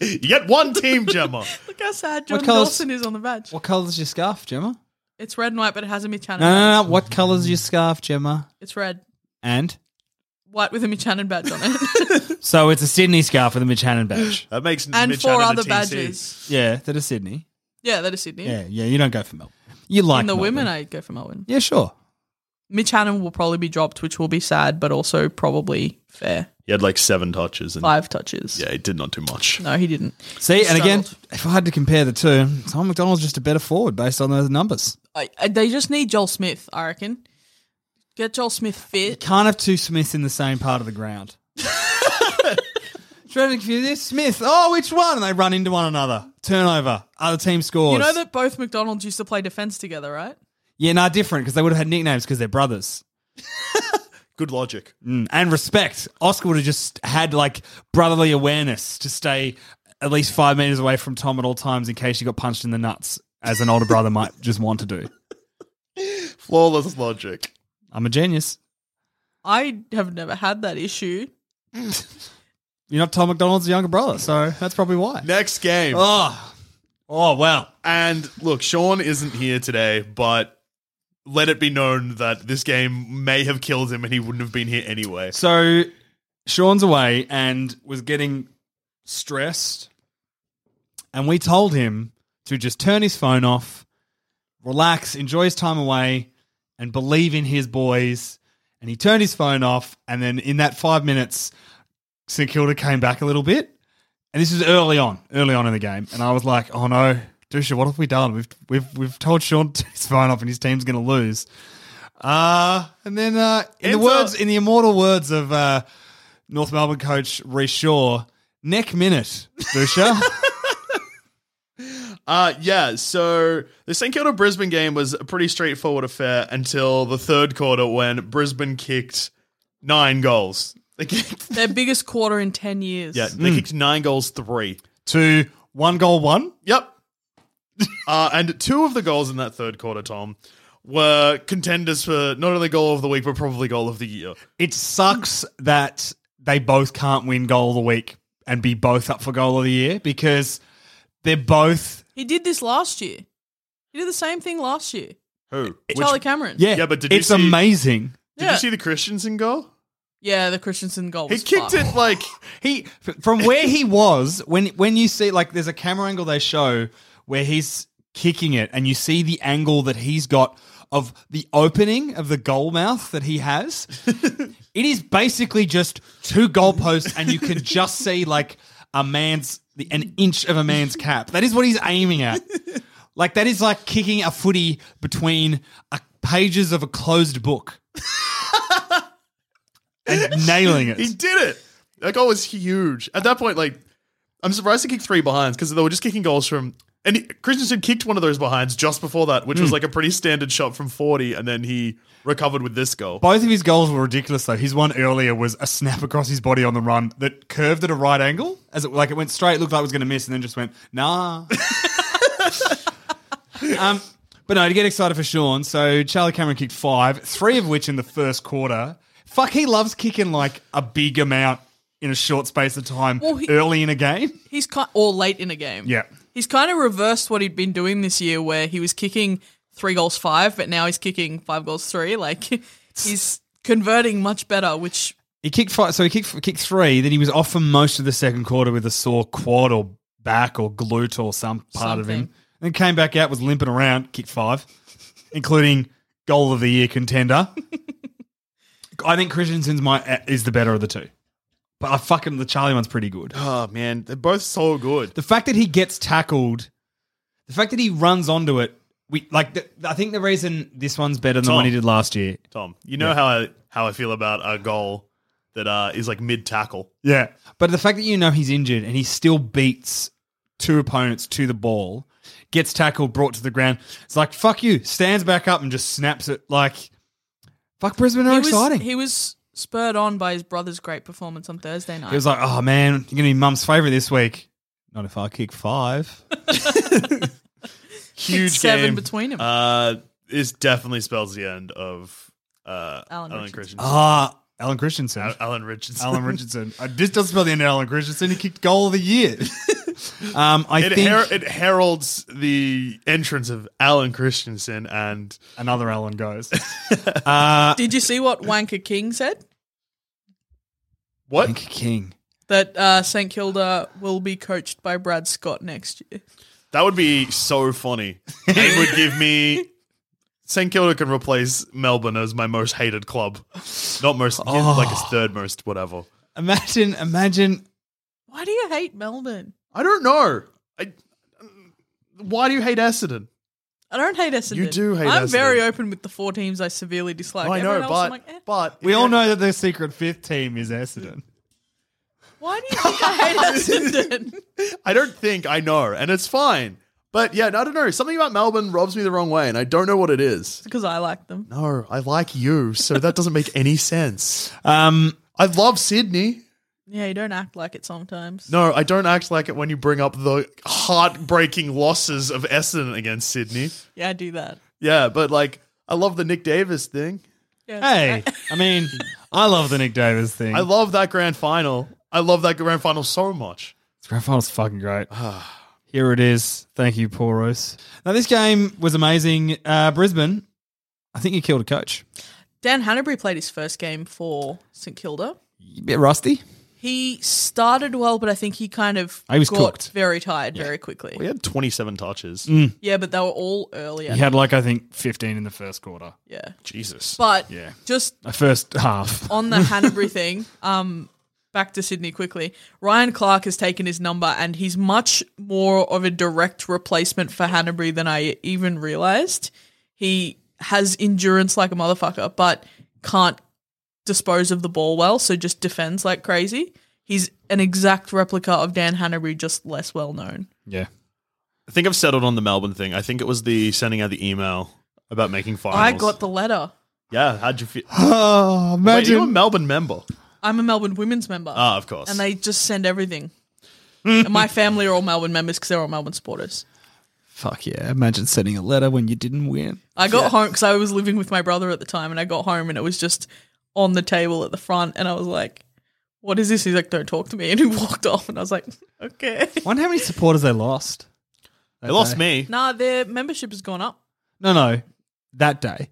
You get one team, Gemma. Look how sad John colours- Dawson is on the badge. what colour's your scarf, Gemma? It's red and white, but it has a Michanan. No, no, no. What colour's your scarf, Gemma? It's red, And white with a Michanan badge on [laughs] it, [laughs] so it's a Sydney scarf with a Mitch Hannon badge. That makes and Mitch four Hannon a other TC. badges. [gasps] Yeah, that is Sydney. Yeah, that is Sydney. Yeah, yeah. You don't go for Melbourne. You like and the Melbourne. women, I go for Melbourne. yeah, sure. Mitch Hannon will probably be dropped, which will be sad, but also probably fair. He had like seven touches and Five touches. yeah, he did not do much. No, he didn't. See, and again, Struggled. if I had to compare the two, Tom McDonald's just a better forward based on those numbers. I, I- uh, they just need Joel Smith, I reckon. Get Joel Smith fit. Can't have two Smiths in the same part of the ground. Trying to confuse this Smith. Oh, which one? And they run into one another. Turnover. Other team scores. You know that both McDonald's used to play defense together, right? Yeah, nah, different because they would have had nicknames because they're brothers. Good logic. Mm, And respect. Oscar would have just had like brotherly awareness to stay at least five meters away from Tom at all times in case you got punched in the nuts, as an older brother might [laughs] just want to do. Flawless logic. I'm a genius. I have never had that issue. You're not Tom McDonald's younger brother, so that's probably why. Next game. Oh, oh well. And look, Sean isn't here today, but let it be known that this game may have killed him and he wouldn't have been here anyway. So Sean's away and was getting stressed. And we told him to just turn his phone off, relax, enjoy his time away, and believe in his boys. And he turned his phone off. And then in that five minutes, St Kilda came back a little bit. And this is early on, early on in the game. And I was like, oh no, Dusha, what have we done? We've, we've, we've told Sean [laughs] to turn his phone off and his team's going to lose. Uh, and then uh, in the Enter- words, in the immortal words of uh, North Melbourne coach Reece Shaw, neck minute, Dusha. [laughs] Uh, yeah, so the St Kilda Brisbane game was a pretty straightforward affair until the third quarter when Brisbane kicked nine goals. They kicked, [laughs] Their biggest quarter in 10 years. yeah, they kicked nine goals, three. to one goal, one. Yep. [laughs] uh, and two of the goals in that third quarter, Tom, were contenders for not only goal of the week, but probably goal of the year. It sucks that they both can't win goal of the week and be both up for goal of the year because they're both. He did this last year. He did the same thing last year. Who? Charlie Cameron. Yeah, Yeah, but did you it's see- amazing. Did Yeah. you see the Christensen goal? Yeah, the Christensen goal. He was kicked fucked. it [laughs] like He f- from where he was when when you see like there's a camera angle they show where he's kicking it and you see the angle that he's got of the opening of the goal mouth that he has. it is basically just two goalposts and you can just see like a man's an inch of a man's cap. That is what he's aiming at. Like that is like kicking a footy between a, pages of a closed book. and nailing it. he did it. That goal was huge. At that point, like I'm surprised he kicked three behinds because they were just kicking goals from. And he- Christensen kicked one of those behinds just before that, which Hmm. was like a pretty standard shot from 40, and then he recovered with this goal. Both of his goals were ridiculous, though. His one earlier was a snap across his body on the run that curved at a right angle, as it like it went straight, looked like it was going to miss, and then just went nah. [laughs] um, but no, to get excited for Sean. So Charlie Cameron kicked five, three of which in the first quarter. Fuck, he loves kicking like a big amount in a short space of time Well, he- early in a game. He's kind or late in a game. Yeah. He's kind of reversed what he'd been doing this year where he was kicking 3 goals 5, but now he's kicking 5 goals 3. Like [laughs] he's converting much better, which He kicked five, so he kicked kicked three. Then he was off for most of the second quarter with a sore quad or back or glute or some part of him. Something. Then came back out, was limping around, kicked five, including goal of the year contender. I think Christensen's my is the better of the two, but I fucking the Charlie one's pretty good. Oh, man. They're both so good. The fact that he gets tackled, the fact that he runs onto it, we like. The, I think the reason this one's better than the Tom. one he did last year. Tom, you know how, I, how I feel about a goal that uh, is like mid tackle. Yeah. But the fact that you know he's injured and he still beats two opponents to the ball, gets tackled, brought to the ground. It's like, fuck you. Stands back up and just snaps it. Like, fuck, Brisbane are he exciting. was he, he was spurred on by his brother's great performance on Thursday night. was like, oh, man, you're going to be mum's favourite this week. Not if I kick [laughs] five. Huge seven game. between 'em. Uh, this definitely spells the end of uh, Alan Alan, Richardson. Christensen. Ah, Alan Christensen. Al- Alan Richardson. Alan Richardson. Uh, this does spell the end of Alan Christensen. He kicked goal of the [laughs] year. um, I it, think her- it heralds the entrance of Alan Christensen and another Alan goes. Did you see what Wanker King said? [laughs] what? Pink King. That uh, St Kilda will be coached by Brad Scott next year. That would be so funny. it would give me St Kilda can replace Melbourne as my most hated club. Not most, like it's third most, whatever. Imagine, imagine. Why do you hate Melbourne? I don't know. I, um, why do you hate Essendon? I don't hate Essendon. You do hate I'm Essendon. very open with the four teams I severely dislike. I Everyone know, else, but I'm like, eh. but We all know that the secret fifth team is Essendon. why do you think I [laughs] hate Essendon? [laughs] I don't think I know, and it's fine. But yeah, I don't know. Something about Melbourne rubs me the wrong way, and I don't know what it is. Because I like them. No, I like you, so that doesn't make any sense. Um, I love Sydney. Yeah, you don't act like it sometimes. No, I don't act like it when you bring up the heartbreaking losses of Essendon against Sydney. Yeah, I do that. Yeah, but like, I love the Nick Davis thing. Yeah. hey, I mean, I love the Nick Davis thing. I love that grand final. I love that grand final so much. This grand final's fucking great. Here it is. Thank you, Poros. Now this game was amazing. Uh, Brisbane, I think you killed a coach. Dan Hanbury played his first game for St Kilda. A bit rusty. He started well, but I think he kind of He was got cooked. very tired very quickly. We had 27 touches. Yeah, but they were all earlier. He had like I think 15 in the first quarter, yeah. Jesus. But Yeah. just the first [laughs] half. on the Hanbury thing, um, back to Sydney quickly. Ryan Clark has taken his number, and he's much more of a direct replacement for Hanbury than I even realized. He has endurance like a motherfucker, but can't dispose of the ball well, so just defends like crazy. He's an exact replica of Dan Hanbury, just less well known. Yeah, I think I've settled on the Melbourne thing. I think it was the sending out the email about making finals. I got the letter. Yeah, how'd you feel? Oh, Wait, you're a Melbourne member. I'm a Melbourne women's member. Ah, of course. and they just send everything. [laughs] and my family are all Melbourne members because they're all Melbourne supporters. Fuck yeah! Imagine sending a letter when you didn't win. I got home because I was living with my brother at the time, and I got home and it was just on the table at the front, and I was like, "What is this?" He's like, "Don't talk to me," [laughs] and he walked off, and I was like, [laughs] "Okay." Wonder how many supporters they lost. they lost me. nah, their membership has gone up. No, no, that [laughs] day.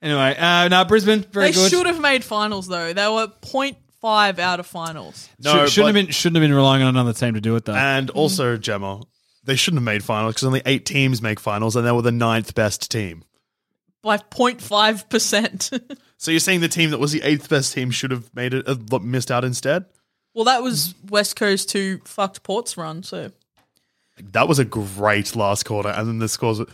anyway, uh, now Brisbane, very they good. should have made finals though. They were 0.5 out of finals. No, Should, not but- Ah, have been. Shouldn't have been relying on another team to do it though. And also, Gemma, they shouldn't have made finals because only eight teams make finals and they were the ninth best team. By 0.5 percent. [laughs] So you're saying the team that was the eighth best team should have made it, uh, missed out instead? well, that was Mm-hmm. West Coast who fucked Port's run. So That was a great last quarter. And then the scores. were-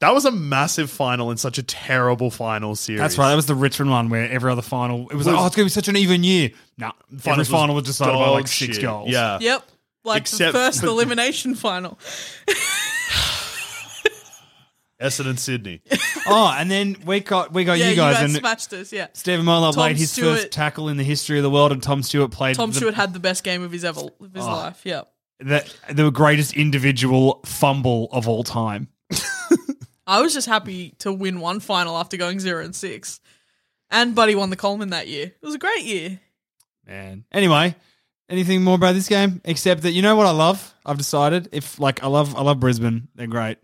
That was a massive final in such a terrible final series. That's right. That was the Richmond one where every other final it was, like, Was- oh, it's gonna be such an even year. No, nah, Finals final final was decided by like dog six shit. goals. Yeah. yep, like Except- the first elimination [laughs] final. Essendon, Sydney. [laughs] Oh, and then we got we got yeah, you guys, and smashed us. Yeah. Stephen Mylov Tom laid his first Stewart. tackle in the history of the world, and Tom Stewart played Tom the, Stewart had the best game of his ever of Oh. his life. Yeah. the, the greatest individual fumble of all time. I was just happy to win one final after going zero and six. And Buddy won the Coleman that year. It was a great year. Man. Anyway, anything more about this game except that you know what I love? I've decided if like I love I love Brisbane, they're great.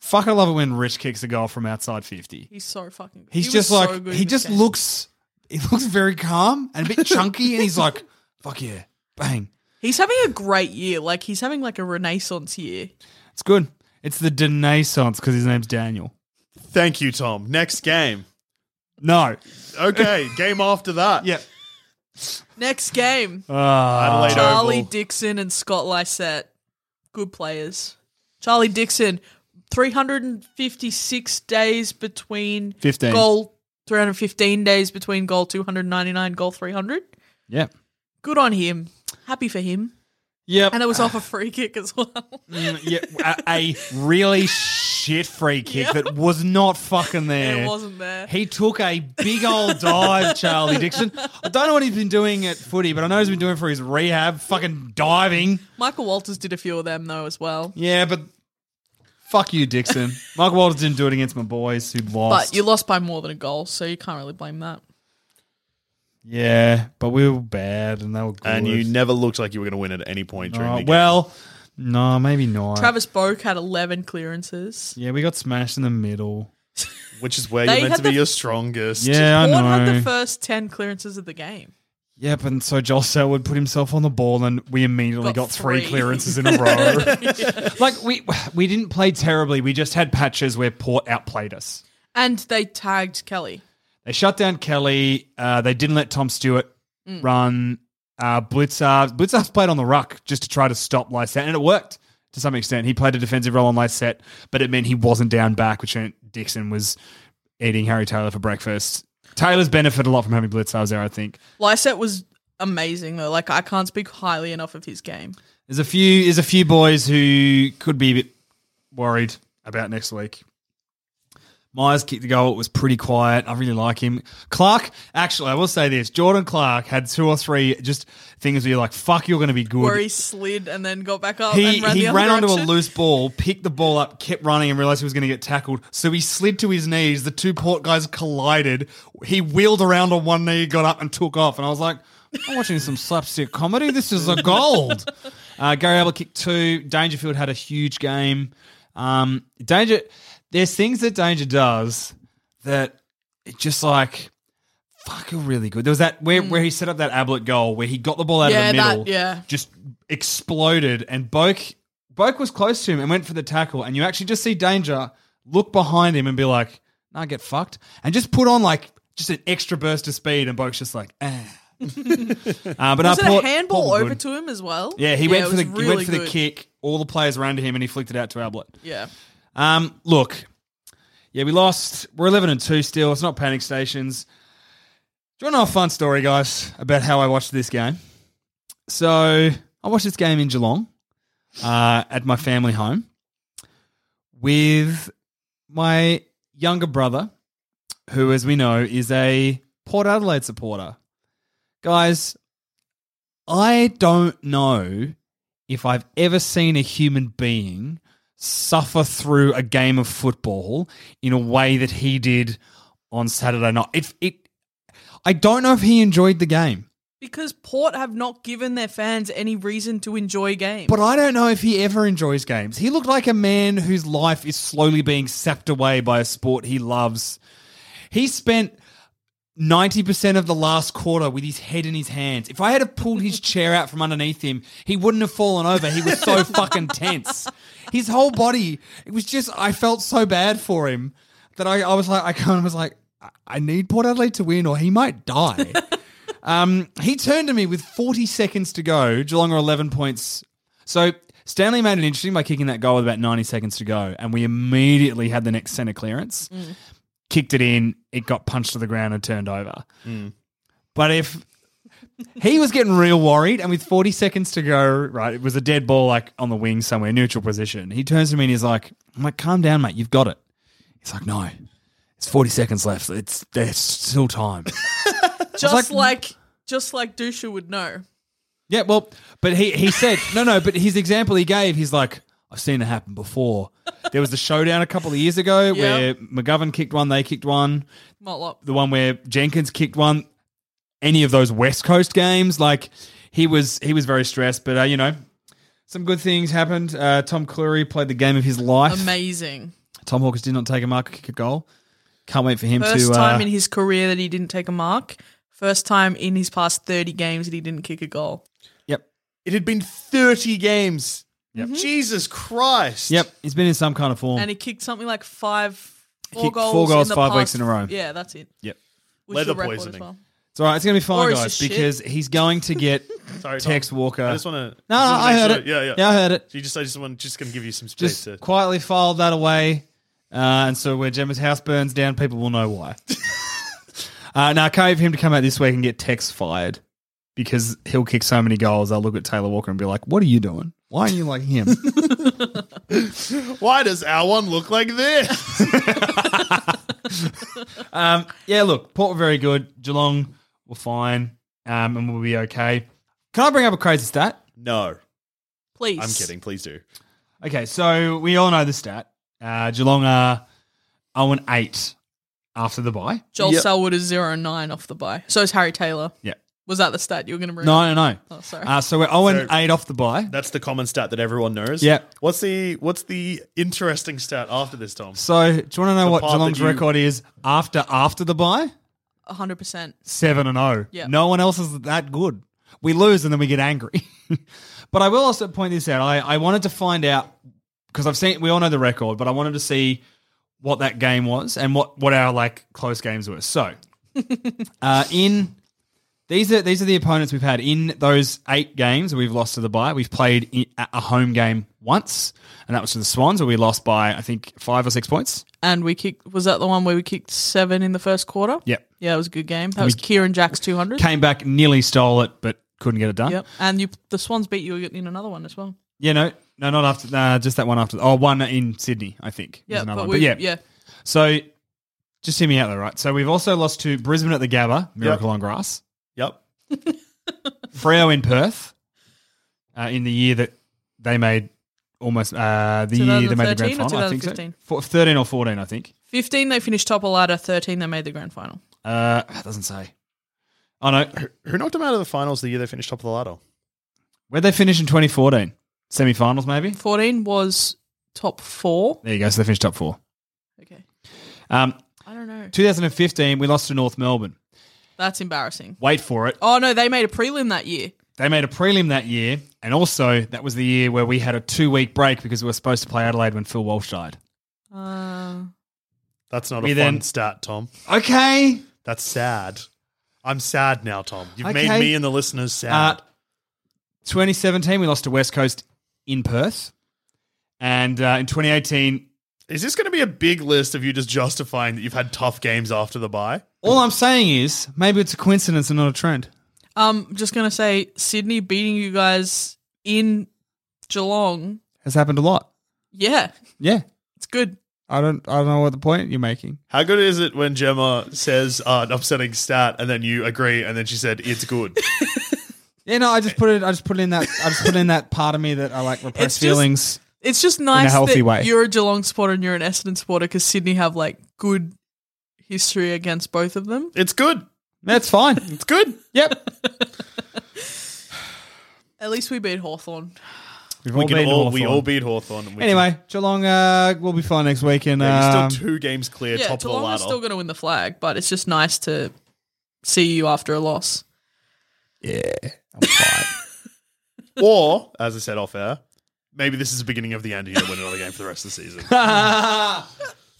Fuck, I love it when Rich kicks a goal from outside fifty. He's so fucking good. He's He was just so like good he in this just game. looks he looks very calm and a bit chunky, and he's [laughs] like, "Fuck yeah, bang!" He's having a great year. Like he's having like a renaissance year. It's good. It's the Denaissance because his name's Daniel. Thank you, Tom. Next game. No, [laughs] Okay, game after that. yeah, Next game. Adelaide Charlie Oval. Dixon and Scott Lysette. Good players. Charlie Dixon, 356 days between 15. goal, 315 days between goal 299, goal 300. yeah, Good on him. Happy for him. yep. And it was off a free kick as well. [laughs] Mm, yeah, a, a really shit free kick Yeah. that was not fucking there. It wasn't there. He took a big old [laughs] dive, Charlie Dixon. I don't know what he's been doing at footy, but I know he's been doing for his rehab, fucking diving. Michael Walters did a few of them though as well. Yeah, but fuck you, [laughs] Dixon. Mark Walters didn't do it against my boys who lost. But you lost by more than a goal, so you can't really blame that. yeah, but we were bad and they were good. And you never looked like you were going to win at any point during Uh, the game. well, no, maybe not. Travis Boak had 11 clearances. yeah, we got smashed in the middle. which is where They you're meant had to be the- your strongest. Yeah, I Horn know. had the first 10 clearances of the game. Yep, and so Joel Selwood put himself on the ball, and we immediately got, Got three. three. clearances in a row. [laughs] Like we we didn't play terribly. We just had patches where Port outplayed us. And they tagged Kelly. They shut down Kelly. Uh, they didn't let Tom Stewart run. Uh, Blitzar Blitzar's played on the ruck just to try to stop Lysette, and it worked to some extent. He played a defensive role on Lysette, but it meant he wasn't down back, which meant Dixon was eating Harry Taylor for breakfast. Taylor's benefited a lot from having Blitzar there, I think. Lyset was amazing though. Like I can't speak highly enough of his game. There's a few. There's a few boys who could be a bit worried about next week. Myers kicked the goal. It was pretty quiet. I really like him. Clark, actually, I will say this: Jordan Clark had two or three just things where you're like, "Fuck, you're going to be good." Where he slid and then got back up he and ran he the other ran onto a direction. loose ball, picked the ball up, kept running, and realized he was going to get tackled. So he slid to his knees. The two port guys collided. He wheeled around on one knee, got up, and took off. And I was like, I'm watching some slapstick comedy. This is a [laughs] gold. uh, Gary Ablett kicked two. Dangerfield had a huge game. Um, Danger, there's things that Danger does that it just like. Fuck, you're really good. There was that where, where he set up that Ablett goal where he got the ball out Mm. Yeah, of the that- middle yeah. just exploded and Boke Boke was close to him and went for the tackle and you actually just see danger look behind him and be like, nah, get fucked. And just put on like just an extra burst of speed and Boke's just like, [laughs] ah. uh, but Was our it Port- a handball Port were over good. to him as well? Yeah, he went it for the was he went really for the good. kick. All the players ran to him and he flicked it out to Ablett. Yeah. Um, look, yeah, we lost. We're eleven and two still. It's not panic stations. Do you want to know a fun story, guys, about how I watched this game? So I watched this game in Geelong uh, at my family home with my younger brother, who, as we know, is a Port Adelaide supporter. Guys, I don't know if I've ever seen a human being suffer through a game of football in a way that he did on Saturday night. It, it, I don't know if he enjoyed the game, Because Port have not given their fans any reason to enjoy games. but I don't know if he ever enjoys games. He looked like a man whose life is slowly being sapped away by a sport he loves. He spent 90% of the last quarter with his head in his hands. If I had have pulled his chair out from underneath him, he wouldn't have fallen over. He was so fucking tense. His whole body, it was just, I felt so bad for him that I, I was like, I kind of was like, I- I need Port Adelaide to win or he might die. um, he turned to me with 40 seconds to go. Geelong are 11 points. So Stanley made it interesting by kicking that goal with about 90 seconds to go. And we immediately had the next centre clearance kicked it in, it got punched to the ground and turned over. But if he was getting real worried, and with 40 seconds to go, right, it was a dead ball like on the wing somewhere, neutral position. He turns to me and he's like, I'm like, calm down, mate, you've got it. He's like, no, it's 40 seconds left. It's there's still time. like- just like, just like Dusha would know. Yeah, well, but he he said no, no. But his example he gave, he's like, I've seen it happen before. There was the showdown a couple of years ago where McGovern kicked one, they kicked one. Motlop. the one where Jenkins kicked one. Any of those West Coast games, like he was, he was very stressed. But uh, you know, some good things happened. Uh, Tom Cleary played the game of his life. Amazing. Tom Hawkins did not take a mark, kick a goal. Can't wait for him First to. time uh, in his career that he didn't take a mark. First time in his past 30 games that he didn't kick a goal. yep, It had been 30 games. Mm-hmm. Yep. Jesus Christ. yep, he's been in some kind of form. And he kicked something like five, four kicked goals. four goals in the five past- weeks in a row. Yeah, that's it. yep, Which Leather is a record as poisoning. well. it's all right. It's gonna be Or fine, he's guys, just shit. because he's going to get [laughs] [laughs] Sorry, Tom. Tex Walker. I just want to. No, no, I heard it. Yeah, yeah. I heard it. So you just, I just want, just going to give you some space Just to. quietly filed that away. Uh, and so where Gemma's house burns down, people will know [laughs] why. uh, now, I can't wait for him to come out this week and get Tex fired because he'll kick so many goals. I'll look at Taylor Walker and be like, what are you doing? Why aren't you like [laughs] him? Why does our one look like [laughs] this? um, yeah, look, Port were very good. Geelong were fine um, and we'll be okay. Can I bring up a crazy stat? no. Please. I'm kidding. Please do. Okay, so we all know the stat. Uh, Geelong are 0 and 8 after the bye. Joel Selwood is 0 and 9 off the bye. So is Harry Taylor. Yeah. Was that the stat you were going to bring? No, up? no, no. Oh, sorry. Uh, so we're 0 and So- 8 off the bye. That's the common stat that everyone knows. Yeah. What's the What's the interesting stat after this, Tom? So, do you want to know The what part Geelong's that you- record is after after the buy? hundred percent. seven and zero. Yeah. No one else is that good. We lose and then we get angry. [laughs] but I will also point this out. I, I wanted to find out because I've seen we all know the record, but I wanted to see what that game was and what what our like close games were. [laughs] So uh, in these are these are the opponents we've had in those eight games we've lost to the bye. We've played in, at a home game once, and that was to the Swans, where we lost by I think five or six points. And we kicked. Was that the one where we kicked seven in the first quarter? Yep. Yeah, it was a good game. That was Kieran Jack's two hundred. Came back, nearly stole it, but couldn't get it done. Yep. And you, the Swans beat you in another one as well. Yeah, no, no, not after. Nah, just that one after. Oh, one in Sydney, I think. was Yeah, another but one. we, yeah, yeah, So, just hear me out there, right? So we've also lost to Brisbane at the Gabba, Miracle on Grass, Yep. Freo in Perth, uh, in the year that they made almost uh, the year they made the grand 2013 or final. I think so. 2015? Four- Thirteen or fourteen, I think. 15 they finished top of ladder, 13 they made the grand final. Uh, that doesn't say. Oh no, Who knocked them out of the finals the year they finished top of the ladder? where'd they finish in twenty fourteen? Semi-finals, maybe. 14 was top 4. There you go. So they finished top four. Okay. Um, I don't know. 2015, we lost to North Melbourne. That's embarrassing. Wait for it. Oh no, they made a prelim that year. They made a prelim that year, and also that was the year where we had a two week break because we were supposed to play Adelaide when Phil Walsh died. Uh, That's not We a then- fun stat, Tom. Okay. That's sad. I'm sad now, Tom. You've Okay. made me and the listeners Uh, sad. 2017, we lost to West Coast in Perth. And uh, in 2018, Is this going to be a big list of you just justifying that you've had tough games after the bye? all I'm saying is maybe it's a coincidence and not a trend. um, just gonna say Sydney beating you guys in Geelong. Has happened a lot. Yeah, Yeah. it's good. I don't, I don't know what the point you're making. How good is it when Gemma says uh, an upsetting stat and then you agree and then she said it's [laughs] good? Yeah, no, I just put it. I just put it in that. I just put it in that part of me that I like repress just- feelings. It's just nice healthy that way. you're a Geelong supporter and you're an Essendon supporter because Sydney have like good history against both of them. it's good. That's fine. It's good. Yep. At least we beat Hawthorn. We've We, can been all, we Hawthorn. all beat Hawthorn. and we can- Anyway, Geelong uh, will be fine next week, and Yeah, you're um, still two games clear, Yeah, top Geelong of is the still ladder. going to win the flag, but it's just nice to see you after a loss. [laughs] or, as I said off air, maybe this is the beginning of the end and you don't win another game for the rest of the [laughs] season.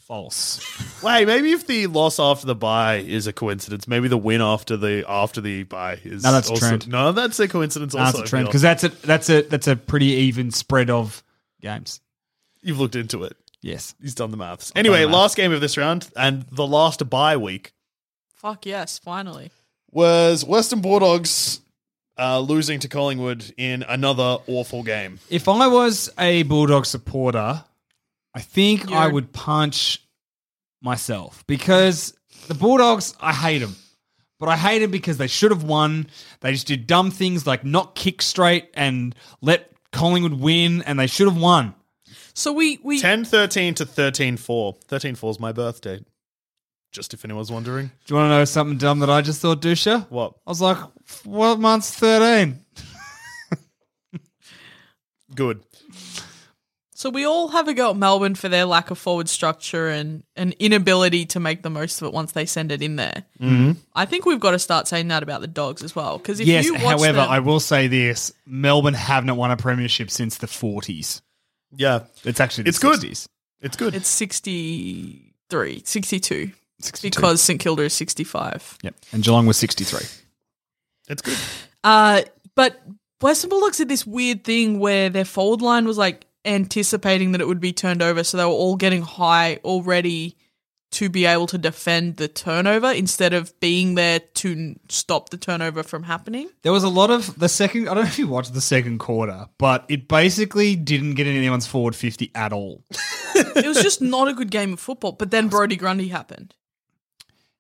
False. Wait, maybe if the loss after the bye is a coincidence, maybe the win after the after the bye is No, that's a also, trend. No, that's a coincidence. Also, That's a trend I feel. because that's a that's a that's a pretty even spread of games. you've looked into it. Yes. He's done the maths. done the Anyway, maths. last game of this round and the last bye week Fuck yes, finally. was Western Bulldogs uh, losing to Collingwood in another awful game. If I was a Bulldog supporter, I think I You're- would punch myself because the Bulldogs, I hate them. But I hate them because they should have won. They just did dumb things like not kick straight and let Collingwood win, and they should have won. So we we 10 13 to 13 4. 13 4 is my birthday. Just if anyone's wondering. Do you want to know something dumb that I just thought, Dusha? What? Oh. I was like, what month's 13? Good. so we all have a go at Melbourne for their lack of forward structure and an inability to make the most of it once they send it in there. Mm-hmm. I think we've got to start saying that about the Dogs as well because if Yes, you watch however, them, I will say this Melbourne have not won a premiership since the 40s. Yeah. It's actually the It's good. 60s. It's good. it's 63, 62 62. because St Kilda is 65. Yep. And Geelong was 63. It's good. Uh, but Western Bulldogs did this weird thing where their forward line was like anticipating that it would be turned over, so they were all getting high already to be able to defend the turnover instead of being there to n- stop the turnover from happening. There was a lot of the second. I don't know if you watched the second quarter, but it basically didn't get anyone's forward 50 at all. It was just not a good game of football. But then Brody Grundy happened.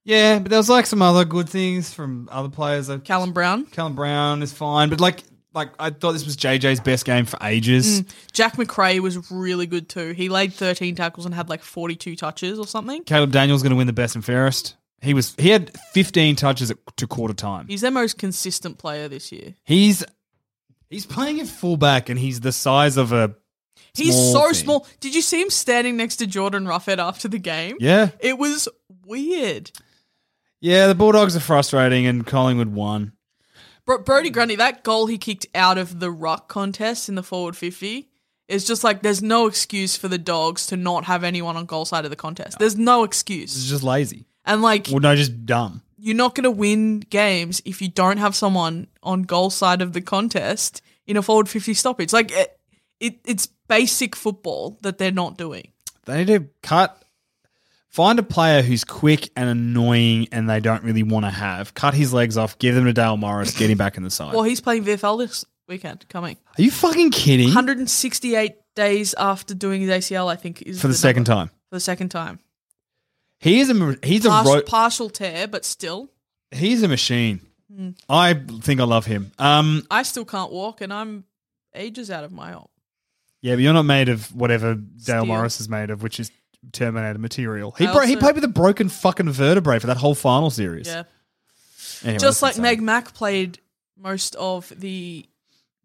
Yeah, but there was like some other good things from other players. Like Callum Brown, Callum Brown is fine, but like, like I thought this was JJ's best game for Mm. ages. Jack McRae was really good too. He laid 13 tackles and had like 42 touches or something. Caleb Daniels going to win the best and fairest. He was he had 15 touches at, to quarter time. He's their most consistent player this year. He's he's playing at fullback and he's the size of a He's Small so thing. small. Did you see him standing next to Jordan Ruffett after the game? yeah It was weird. Yeah, the Bulldogs are frustrating, and Collingwood won. Bro- Mm. Brody Grundy, that goal he kicked out of the ruck contest in the forward 50 is just like there's no excuse for the dogs to not have anyone on goal side of the contest. There's no It's excuse. just lazy. And like Well, no, just dumb. you're not going to win games if you don't have someone on goal side of the contest in a forward 50 stoppage. Like it, it it's basic football that they're not doing. They need to cut. Find a player who's quick and annoying, and they don't really want to have. Cut his legs off. Give them to Dale Morris. Get him back in the side. Well, he's playing VFL this weekend coming. Are you fucking kidding? 168 days after doing his ACL, I think is For the second number. time, For the second time. he is a ma- he's a Pas- ro- partial tear, but still, he's a machine. Hmm. I think I love him. Um, I still can't walk, and I'm ages out of my op. Yeah, but you're not made of whatever Dale Steel. Morris is made of, which is Terminator material. He I bro- he also- played with a broken fucking vertebrae for that whole final series. Yeah, Anyway, just that's like insane. Meg Mack played most of the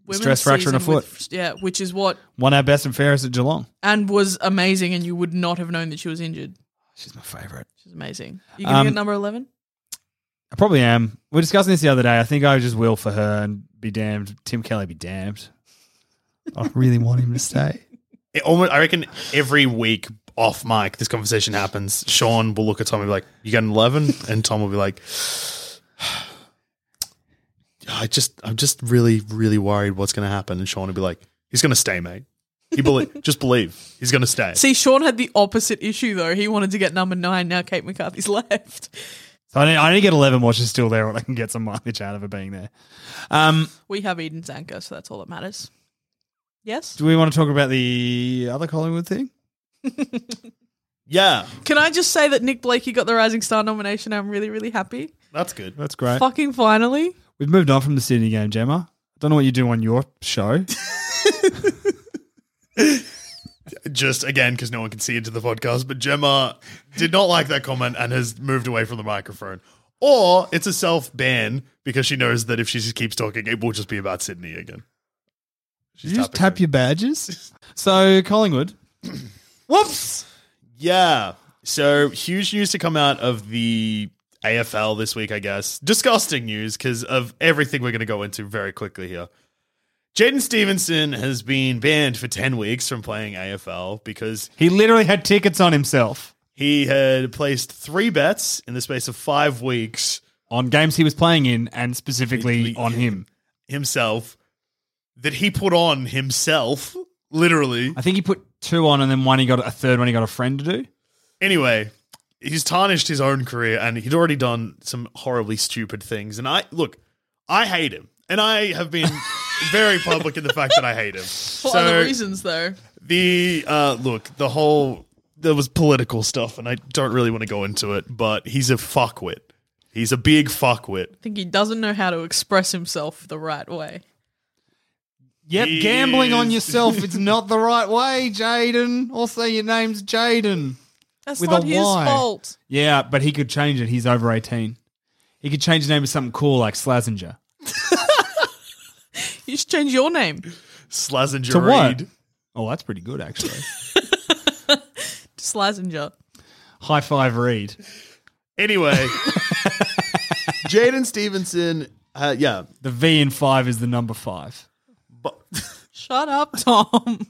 women's Stress fracture in season a foot. with- yeah, which is what won our best and fairest at Geelong. and was amazing, and you would not have known that she was injured. She's my favorite. She's amazing. You gonna Um, get number eleven? I probably am. We were discussing this the other day. I think I just will for her and be damned. Tim Kelly be damned. [laughs] I really want him to stay. It almost, I reckon every week off mic, this conversation happens. Sean will look at Tom and be like, "You got an 11? and Tom will be like, "I just, I'm just really, really worried what's going to happen." And Sean will be like, "He's going to stay, mate. He believe, [laughs] just believe. He's going to stay." See, Sean had the opposite issue though. He wanted to get number nine. Now Kate McCarthy's [laughs] left. So I need, I need to get 11 watches still there and I can get some mileage out of her being there. Um, We have Eden's anchor, so that's all that matters. Yes. do we want to talk about the other Collingwood thing? yeah, Can I just say that Nick Blakey got the Rising Star nomination? I'm really, really happy. that's good. That's great. Fucking finally. We've moved on from the Sydney game, Gemma. I don't know what you do on your show. Just again, because no one can see into the podcast, but Gemma did not like that comment and has moved away from the microphone. Or it's a self ban because she knows that if she just keeps talking, it will just be about Sydney again. Did She's you just tapping tap her- your badges? [laughs] so Collingwood. Whoops. Yeah. So huge news to come out of the AFL this week, I guess. Disgusting news because of everything we're going to go into very quickly here. Jaden Stevenson has been banned for 10 weeks from playing AFL because He literally had tickets on himself he had placed three bets in the space of five weeks on games he was playing in and specifically on him. himself that he put on himself, literally. I think he put two on and then one he got a third one he got a friend to do. Anyway, he's tarnished his own career and he'd already done some horribly stupid things. And I look, I hate him. And I have [laughs] been very public in the fact that I hate him. For So- other reasons, though. the uh, look, the whole there was political stuff, and I don't really want to go into it. But he's a fuckwit. He's a big fuckwit. I think he doesn't know how to express himself the right way. Yep, He gambling on is- yourself it's not the right way, Jaden. Also your name's Jaden. That's With not a his Y. fault. Yeah, but he could change it. He's over eighteen. He could change his name to something cool like Slazenger. You should change your name. Slazenger To what? Reed. Oh, that's pretty good [laughs] actually. Slazenger. High five Reed. Anyway, [laughs] Jaden Stevenson. Uh, yeah, The V in five is the number five. but [laughs] Shut up, Tom.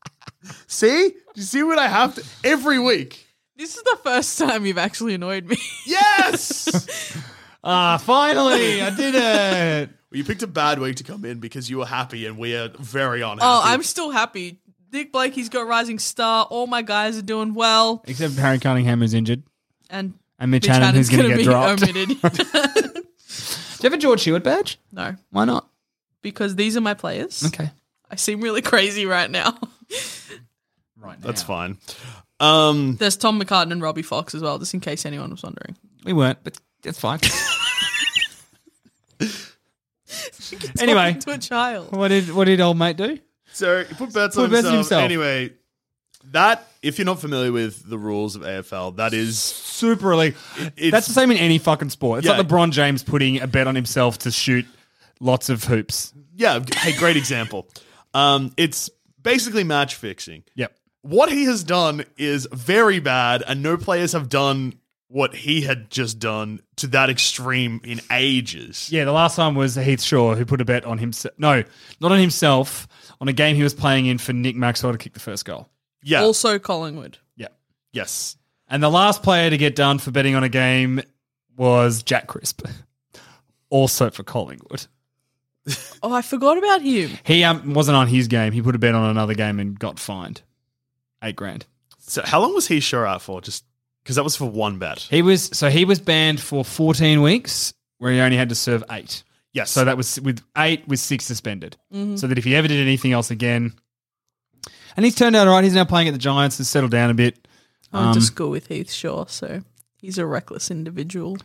[laughs] see, Do you see what I have to every week. this is the first time you've actually annoyed [laughs] me. [laughs] Yes. Ah, finally, I did it. Well, you picked a bad week to come in because you were happy and we are very unhappy. Oh, I'm still happy. Nick Blakey's got Rising Star. All my guys are doing well. Except Harry Cunningham is injured. And And Mitch Mitch Hannon, who's Hannon's going going to to get be dropped. Do [laughs] omitted. [laughs] you have a George Hewitt badge? no, Why not? because these are my players. Okay. I seem really crazy right now. Right now. That's fine. Um, There's Tom McCartan and Robbie Fox as well, just in case anyone [laughs] was wondering. We weren't, but that's fine. [laughs] anyway, Talking to a child. what did what did old mate do? So he put bets Put on bets on himself. himself. Anyway, that if you're not familiar with the rules of AFL, that is Super elite. it's- That's the same in any fucking sport. It's Yeah. like LeBron James putting a bet on himself to shoot lots of hoops. yeah, hey, great example. Um, it's basically match fixing. Yep. What he has done is very bad, and no players have done what he had just done to that extreme in ages. Yeah, the last time was Heath Shaw who put a bet on himself. No, not on himself. On a game he was playing in for Nick Maxwell to kick the first goal. Yeah. Also Collingwood. Yeah. yes. And the last player to get done for betting on a game was Jack Crisp, [laughs] also for Collingwood. Oh, I forgot about him. He um, wasn't on his game. He put a bet on another game and got fined eight grand. So how long was he sure out for? Just because that was for one bet. He was so he was banned for fourteen weeks, where he only had to serve eight. Yes. So that was with eight with six suspended. So that if he ever did anything else again, and he's turned out all right. He's now playing at the Giants and settled down a bit. I Um, went to school with Heath Shaw, so he's a reckless individual.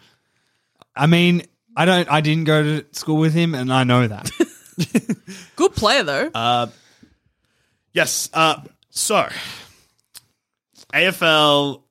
I mean, I don't. I didn't go to school with him, and I know that. Good player though. Uh, Yes. Uh, so, AFL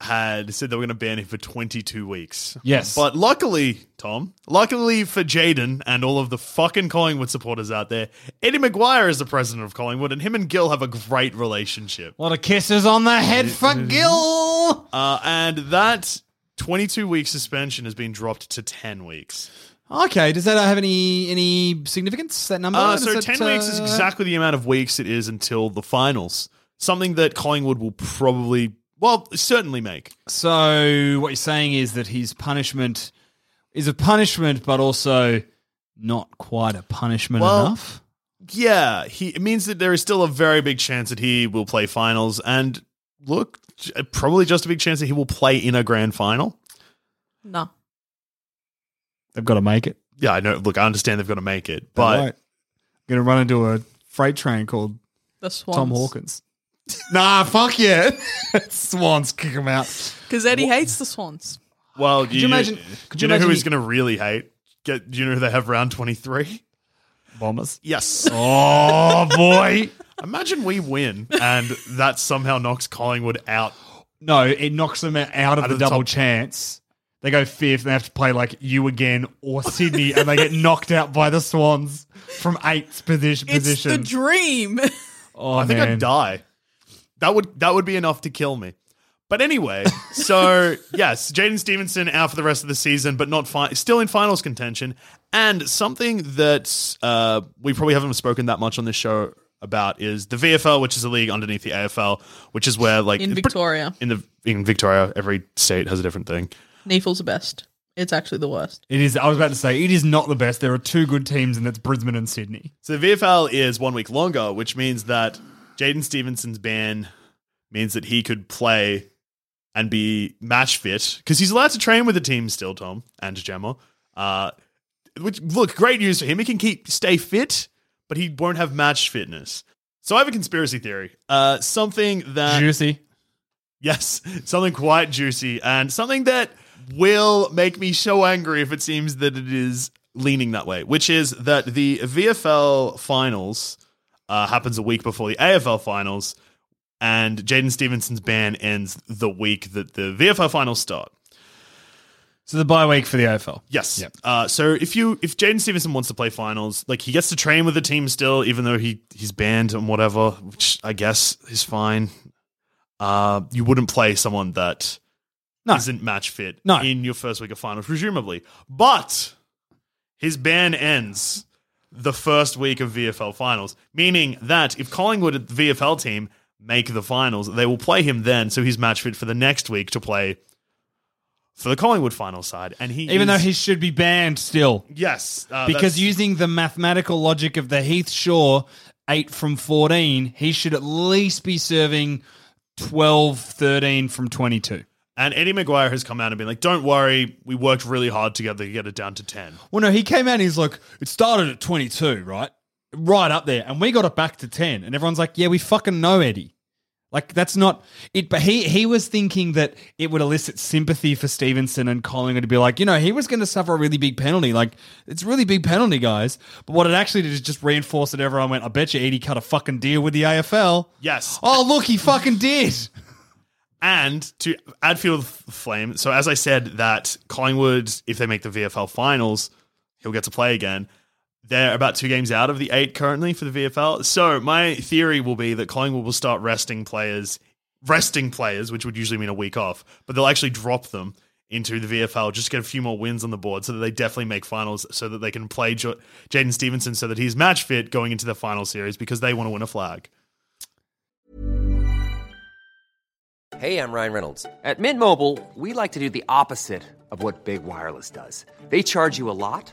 had said they were going to ban him for 22 weeks. Yes. But luckily, Tom, luckily for Jaden and all of the fucking Collingwood supporters out there, Eddie McGuire is the president of Collingwood, and him and Gil have a great relationship. a lot of kisses on the head for Gil. Uh, and that 22 week suspension has been dropped to 10 weeks. Okay, does that have any any significance? That number? Uh, Does so that, 10 weeks is uh, exactly the amount of weeks it is until the finals. Something that Collingwood will probably, well, certainly make. So what you're saying is that his punishment is a punishment, but also not quite a punishment Well- enough. Yeah, he it means that there is still a very big chance that he will play finals, and look, j- probably just a big chance that he will play in a grand final. nah. They've got to make it. Yeah, I know. Look, I understand they've got to make it, but going to run into a freight train called The Swans. Tom Hawkins. [laughs] nah, fuck yeah, [laughs] Swans kick him out. Because Eddie hates the Swans. well, you imagine- could you do you know who imagine he's he- going to really hate? Get do you know who they have round twenty three? Bombers. Yes. Oh boy. Imagine we win, and that somehow knocks Collingwood out. No, it knocks them out of Out the of the double top- chance. They go fifth and they have to play like you again or Sydney and they get [laughs] knocked out by the Swans from eighth position. It's the position. [laughs] dream. oh, I think man. I'd die. That would that would be enough to kill me. But anyway, so yes, Jaden Stevenson out for the rest of the season, but not fi- still in finals contention. And something that uh, we probably haven't spoken that much on this show about is the VFL, which is a league underneath the AFL, which is where like In Victoria. in the in Victoria, every state has a different thing. Neefle's the best. It's actually the worst. It is. I was about to say it is not the best. There are two good teams, and that's Brisbane and Sydney. So the VFL is one week longer, which means that Jaden Stevenson's ban means that he could play and be match fit because he's allowed to train with the team still, Tom and Gemma. Uh, which look great news for him. He can keep stay fit, but he won't have match fitness. So I have a conspiracy theory. Uh, something that Juicy. Yes, something quite juicy and something that will make me so angry if it seems that it is leaning that way, which is that the VFL finals uh, happens a week before the AFL finals, and Jaden Stevenson's ban ends the week that the VFL finals start. So the bye week for the AFL. Yes. Yep. Uh, so if you if Jaden Stevenson wants to play finals, like he gets to train with the team still, even though he he's banned and whatever, which I guess is fine. Uh, you wouldn't play someone that No. not match fit No. in your first week of finals, presumably. But his ban ends the first week of VFL finals, meaning that if Collingwood the VFL team make the finals, they will play him then, so he's match fit for the next week to play for the Collingwood final side. And he Even though is- he should be banned still, Yes, uh, because that's- using the mathematical logic of the Heath Shaw eight from fourteen, he should at least be serving 12, 13 from twenty-two. and Eddie McGuire has come out and been like, "Don't worry, we worked really hard together to get it down to ten. Well, no, he came out and he's like, it started at twenty-two, right, right up there, and we got it back to ten, and everyone's like, yeah, we fucking know Eddie. Like that's not it. But he he was thinking that it would elicit sympathy for Stevenson and Collingwood to be like, you know, he was going to suffer a really big penalty. Like it's a really big penalty, guys. But what it actually did is just reinforce that everyone went, I bet you Eddie cut a fucking deal with the AFL. Yes. Oh look, he fucking did. And to add fuel to the f- flame, so as I said, that Collingwood, if they make the VFL finals, he'll get to play again. They're about two games out of the eight currently for the VFL. So my theory will be that Collingwood will start resting players resting players, which would usually mean a week off, but they'll actually drop them into the VFL just get a few more wins on the board so that they definitely make finals so that they can play jo- Jaden Stevenson so that he's match fit going into the final series because they want to win a flag. Hey, I'm Ryan Reynolds. At Mint Mobile, we like to do the opposite of what Big Wireless does. They charge you a lot,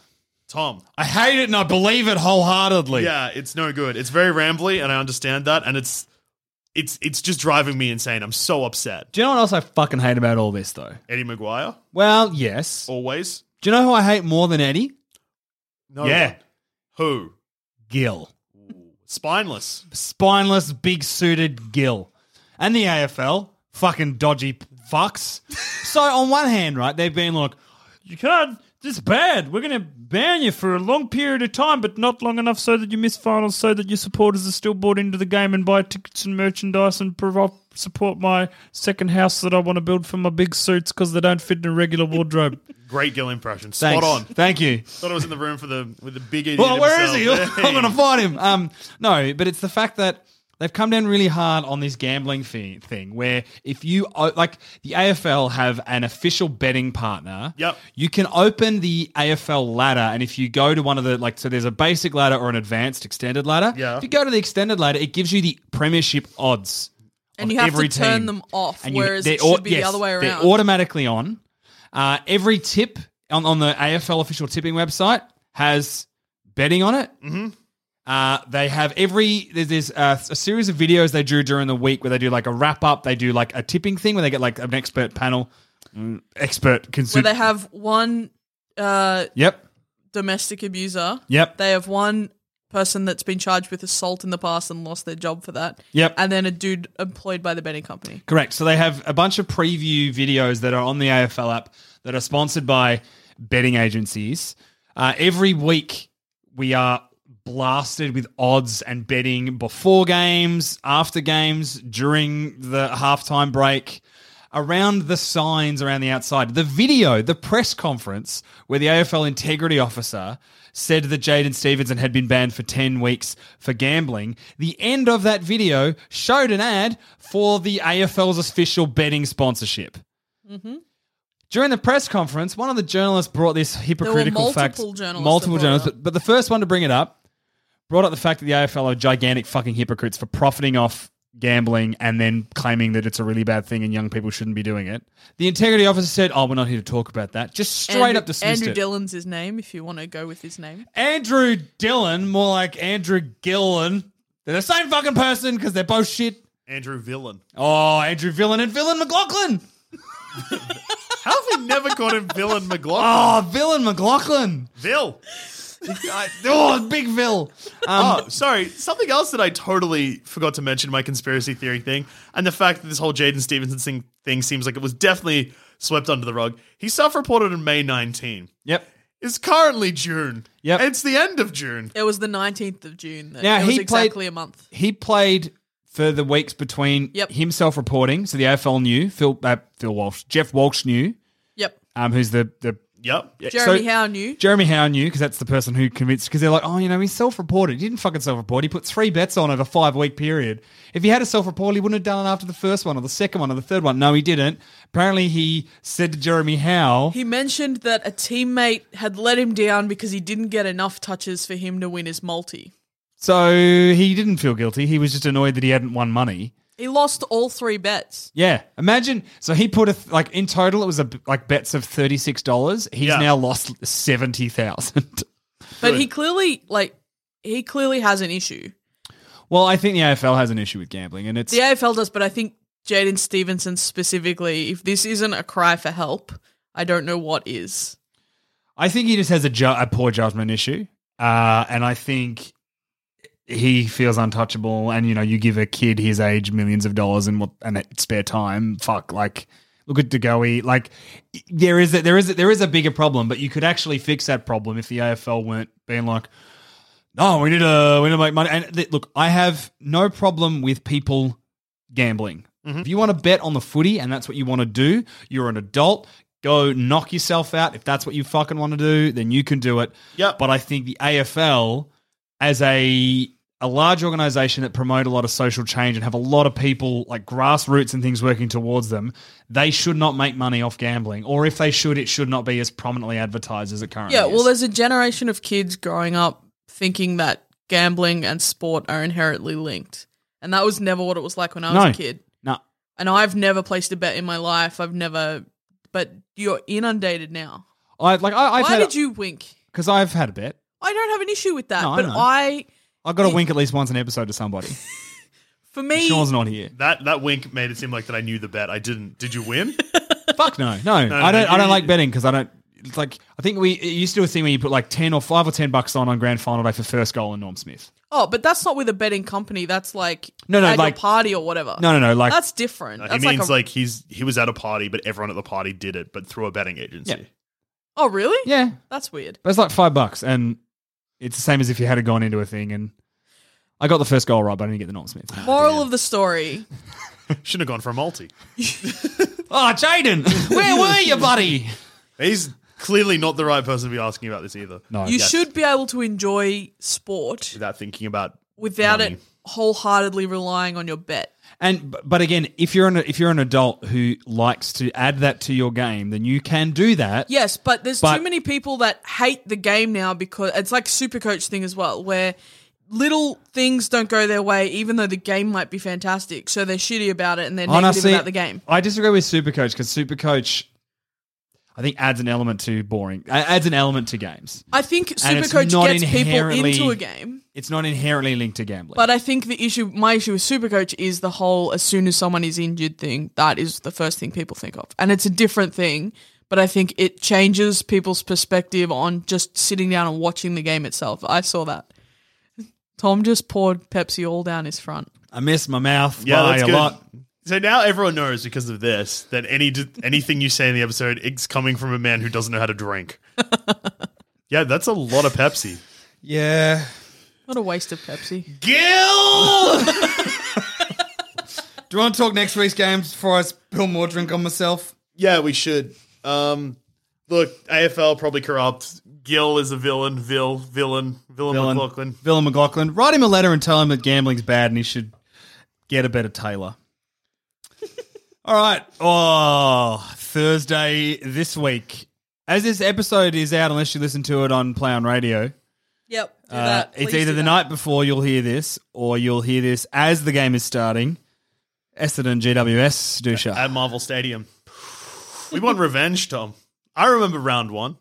Tom. I hate it and I believe it wholeheartedly. Yeah, it's no good. It's very rambly and I understand that and it's it's it's just driving me insane. I'm so upset. Do you know what else I fucking hate about all this though? Eddie Maguire Well, yes. always? Do you know who I hate more than Eddie? No. Yeah. Who? Gill. Spineless. Spineless, big suited Gill. And the AFL, fucking dodgy [laughs] fucks. so on one hand, right, they've been like, you can't, this is bad. We're going to ban you for a long period of time, but not long enough so that you miss finals, so that your supporters are still bought into the game and buy tickets and merchandise and provo- support my second house that I want to build for my big suits because they don't fit in a regular wardrobe. Great Gill impression. Spot Thanks. on. Thank you. Thought I was in the room for the with the big idiot. Well, where is he? [laughs] himself. I'm going to Hey. fight him. Um, no, but it's the fact that they've come down really hard on this gambling fee- thing where if you, o- like, the AFL have an official betting partner. Yep. You can open the AFL ladder, and if you go to one of the, like, so there's a basic ladder or an advanced extended ladder. Yeah. If you go to the extended ladder, it gives you the premiership odds. And of you have to every turn team. them off, you- whereas it they're au- should be the other way They're around. automatically on. Uh, every tip on, on the AFL official tipping website has betting on it. Mm-hmm. Uh, they have every there's, there's uh, a series of videos they do during the week where they do like a wrap up. They do like a tipping thing where they get like an expert panel, Mm, expert where consumer. they have one uh, yep, domestic abuser. Yep. They have one person that's been charged with assault in the past and lost their job for that. Yep. And then a dude employed by the betting company. Correct. So they have a bunch of preview videos that are on the AFL app that are sponsored by betting agencies. Uh, every week, we are blasted with odds and betting before games, after games, during the halftime break, around the signs around the outside. The video, the press conference where the AFL integrity officer said that Jaden Stevenson had been banned for 10 weeks for gambling. The end of that video showed an ad for the AFL's official betting sponsorship. Mm-hmm. During the press conference, one of the journalists brought this hypocritical fact. multiple journalists that multiple brought it journalists, up. but, but the first one to bring it up brought up the fact that the AFL are gigantic fucking hypocrites for profiting off gambling and then claiming that it's a really bad thing and young people shouldn't be doing it. The integrity officer said, "Oh, we're not here to talk about that." Just straight Andrew- up dismissed Andrew it. Dillon's his name, if you want to go with his name. Andrew Dillon, more like Andrew Gillen. They're the same fucking person because they're both shit. Andrew Villain. Oh, Andrew Villain and Villain McLaughlin. How have we never got him Villain McLaughlin? [laughs] Oh, Villain McLaughlin. Vill. I- Oh, Big Vill. Um, oh, sorry. Something else that I totally forgot to mention in my conspiracy theory thing, and the fact that this whole Jaden Stevenson thing, thing seems like it was definitely swept under the rug. He self-reported on May 19. Yep. It's currently June. Yep. It's the end of June. It was the 19th of June. That Now, it was he played- exactly a month. he played for the weeks between Yep. himself reporting. So the AFL knew Phil uh, Phil Walsh, Jeff Walsh knew, Yep. um, who's the the Yep. Jeremy so- Howe knew. Jeremy Howe knew because that's the person who convinced. Because they're like, oh, you know, he self-reported. He didn't fucking self-report. He put three bets on over five week period. If he had a self-report, he wouldn't have done it after the first one or the second one or the third one. No, he didn't. Apparently, he said to Jeremy Howe, He mentioned that a teammate had let him down because he didn't get enough touches for him to win his multi. so he didn't feel guilty. He was just annoyed that he hadn't won money. He lost all three bets. Yeah, imagine. So he put a th- like in total it was a b- like bets of thirty six dollars. He's Yeah. now lost seventy thousand. [laughs] But he clearly like he clearly has an issue. well, I think the AFL has an issue with gambling, and it's The AFL does, but I think Jaden Stevenson specifically, if this isn't a cry for help, I don't know what is. I think he just has a, ju- a poor judgment issue, uh, and I think he feels untouchable. And you know, you give a kid his age millions of dollars and what and that spare time. Fuck, like look at Degoe. Like there is a, there is a, there is a bigger problem, but you could actually fix that problem if the AFL weren't being like. No, we need to we need to make money. And th- look, I have no problem with people gambling. If you want to bet on the footy and that's what you want to do, you're an adult. Go knock yourself out. If that's what you fucking want to do, then you can do it. Yep. But I think the AFL, as a a large organization that promote a lot of social change and have a lot of people like grassroots and things working towards them, they should not make money off gambling. Or if they should, it should not be as prominently advertised as it currently Yeah, is. well, there's a generation of kids growing up thinking that gambling and sport are inherently linked. And that was never what it was like when I was No. a kid. no. And I've never placed a bet in my life. I've never, but you're inundated now. I like I, I've Why had did you wink? because I've had a bet. I don't have an issue with that, No, I but know. I, I've got to wink at least once an episode to [laughs] somebody. for me, Sean's not here. That that wink made it seem like that I knew the bet. I didn't. Did you [laughs] win? Uh, Fuck no, no. No, I don't. no, I you- don't like betting because I don't. It's like I think we it used to do a thing where you put like ten or five or ten bucks on on grand final day for first goal and Norm Smith. oh, but that's not with a betting company. That's like No, no, at like- your party or whatever. No, no, no. Like that's different. No, he that's means like, like, a, he's he was at a party, but everyone at the party did it, but through a betting agency. Yeah. oh, really? yeah, That's weird. but it's like five bucks, and it's the same as if you had gone into a thing and I got the first goal right, but I didn't get the Norm Smith. Moral of the story. Shouldn't have gone for a multi. oh, Jaden, where were you, buddy? He's clearly not the right person to be asking about this either. No, You should be able to enjoy sport Without thinking about without Money. it wholeheartedly relying on your bet. And b- but again, if you're an if you're an adult who likes to add that to your game, then you can do that. Yes, but there's But- too many people that hate the game now because it's like super coach thing as well, where little things don't go their way, even though the game might be fantastic. So they're shitty about it and they're Honestly, negative about the game. I disagree with Supercoach because Supercoach, I think, adds an element to boring. uh, Adds an element to games. I think And it's Supercoach not gets people inherently- into a game, It's not inherently linked to gambling. but I think the issue, my issue with Supercoach is the whole as soon as someone is injured thing. That is the first thing people think of, and it's a different thing. But I think it changes people's perspective on just sitting down and watching the game itself. I saw that. Tom just poured Pepsi all down his front. I miss my mouth yeah, by that's a good. lot. So now everyone knows because of this that any anything you say in the episode is coming from a man who doesn't know how to drink. yeah, that's a lot of Pepsi. Yeah. What a waste of Pepsi. [laughs] Gil. Do you want to talk next week's games before I spill more drink on myself? yeah, we should. Um, look, AFL probably corrupt. Gil is a villain. Vil, villain, villain, Villain McLaughlin. Villain McLaughlin. Write him a letter and tell him that gambling's bad and he should get a better [laughs] tailor. All right. Oh, Thursday this week. As this episode is out, unless you listen to it on Play on Radio, Yep. do Uh, that. it's Please either do the that. night before you'll hear this, or you'll hear this as the game is starting. Essendon GWS Dusha. at Marvel Stadium. We want revenge, Tom. I remember round one.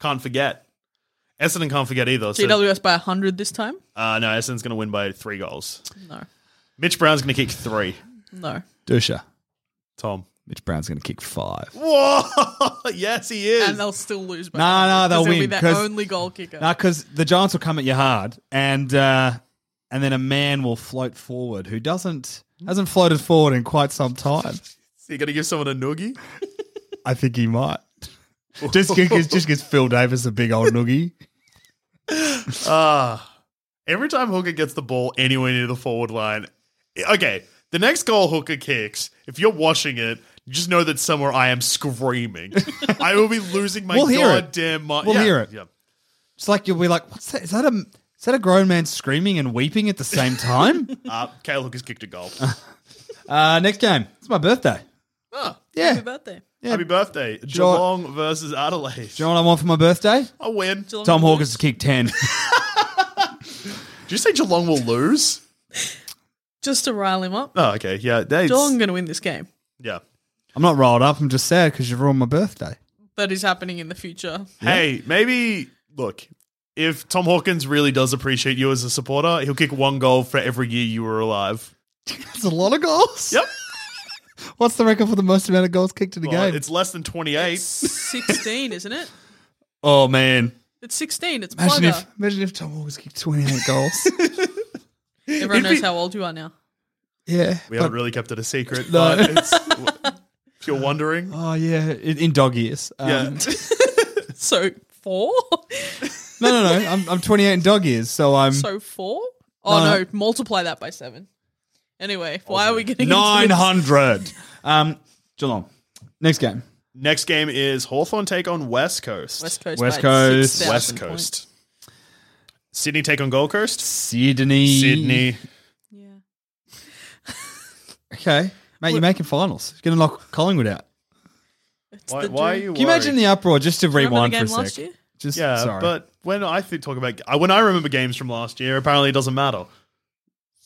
Can't forget. Essendon can't forget either. So, GWS by 100 this time? uh, no, Essendon's going to win by three goals. No. Mitch Brown's going to kick three. No. Dusha. Tom. Mitch Brown's going to kick five. Whoa! [laughs] yes, he is. And they'll still lose by No, 100, no, they'll 'cause it'll win, be their 'cause- only goal kicker. Nah, because the Giants will come at you hard, and uh, and then a man will float forward who doesn't hasn't floated forward in quite some time. So you're going to give someone a noogie? I think he might. just gives, just gives Phil Davis a big old noogie. Ah. every time Hooker gets the ball anywhere near the forward line, okay, the next goal Hooker kicks, if you're watching it, just know that somewhere I [laughs] am screaming. I will be losing my We'll hear it. goddamn mind. We'll hear it. Yeah. It's like you'll be like, what's that? Is that a is that a grown man screaming and weeping at the same [laughs] time? Uh, Kale Hooker's kicked a goal. uh, next game. It's my birthday. Ah, [laughs] Yeah. Oh, Happy birthday. Happy birthday. Geelong- Geelong versus Adelaide. Do you know what I want for my birthday? I win. Did Tom Hawkins [laughs] to kick 10. you say Geelong will lose? just to rile him up. Oh, okay. Yeah. They, Geelong going to win this game. yeah. I'm not riled up. I'm just sad because you've ruined my birthday. That is happening in the future. Hey, maybe look. If Tom Hawkins really does appreciate you as a supporter, he'll kick one goal for every year you were alive. That's a lot of goals. Yep. What's the record for the most amount of goals kicked in a Well, game? it's less than 28. 16, isn't it? oh, man. It's 16. It's imagine bugger. if imagine if Tom Hawkins kicked 28 [laughs] goals. Everyone it'd be- knows how old you are now. Yeah. We haven't really kept it a secret. No. [laughs] But it's, if you're wondering. Oh yeah, in, in dog years. Um, Yeah. So four? [laughs] [laughs] No, no, no. I'm, I'm 28 in dog years, so I'm so four? Oh No. no. multiply that by seven. Anyway, why are we getting into this? 900. Um, Geelong. Next game. Next game is Hawthorn take on West Coast. West Coast. West by Coast. 6,000 West points. Coast. Sydney take on Gold Coast. Sydney. Sydney. Yeah. Okay, mate, you're making finals. You're gonna knock Collingwood out. It's Why, the why are dream. you Can you imagine the uproar? Just to Remember the rewind game for a last sec. year? [laughs] Just Yeah, sorry. but when I think talk about I- when I remember games from last year, apparently it doesn't matter.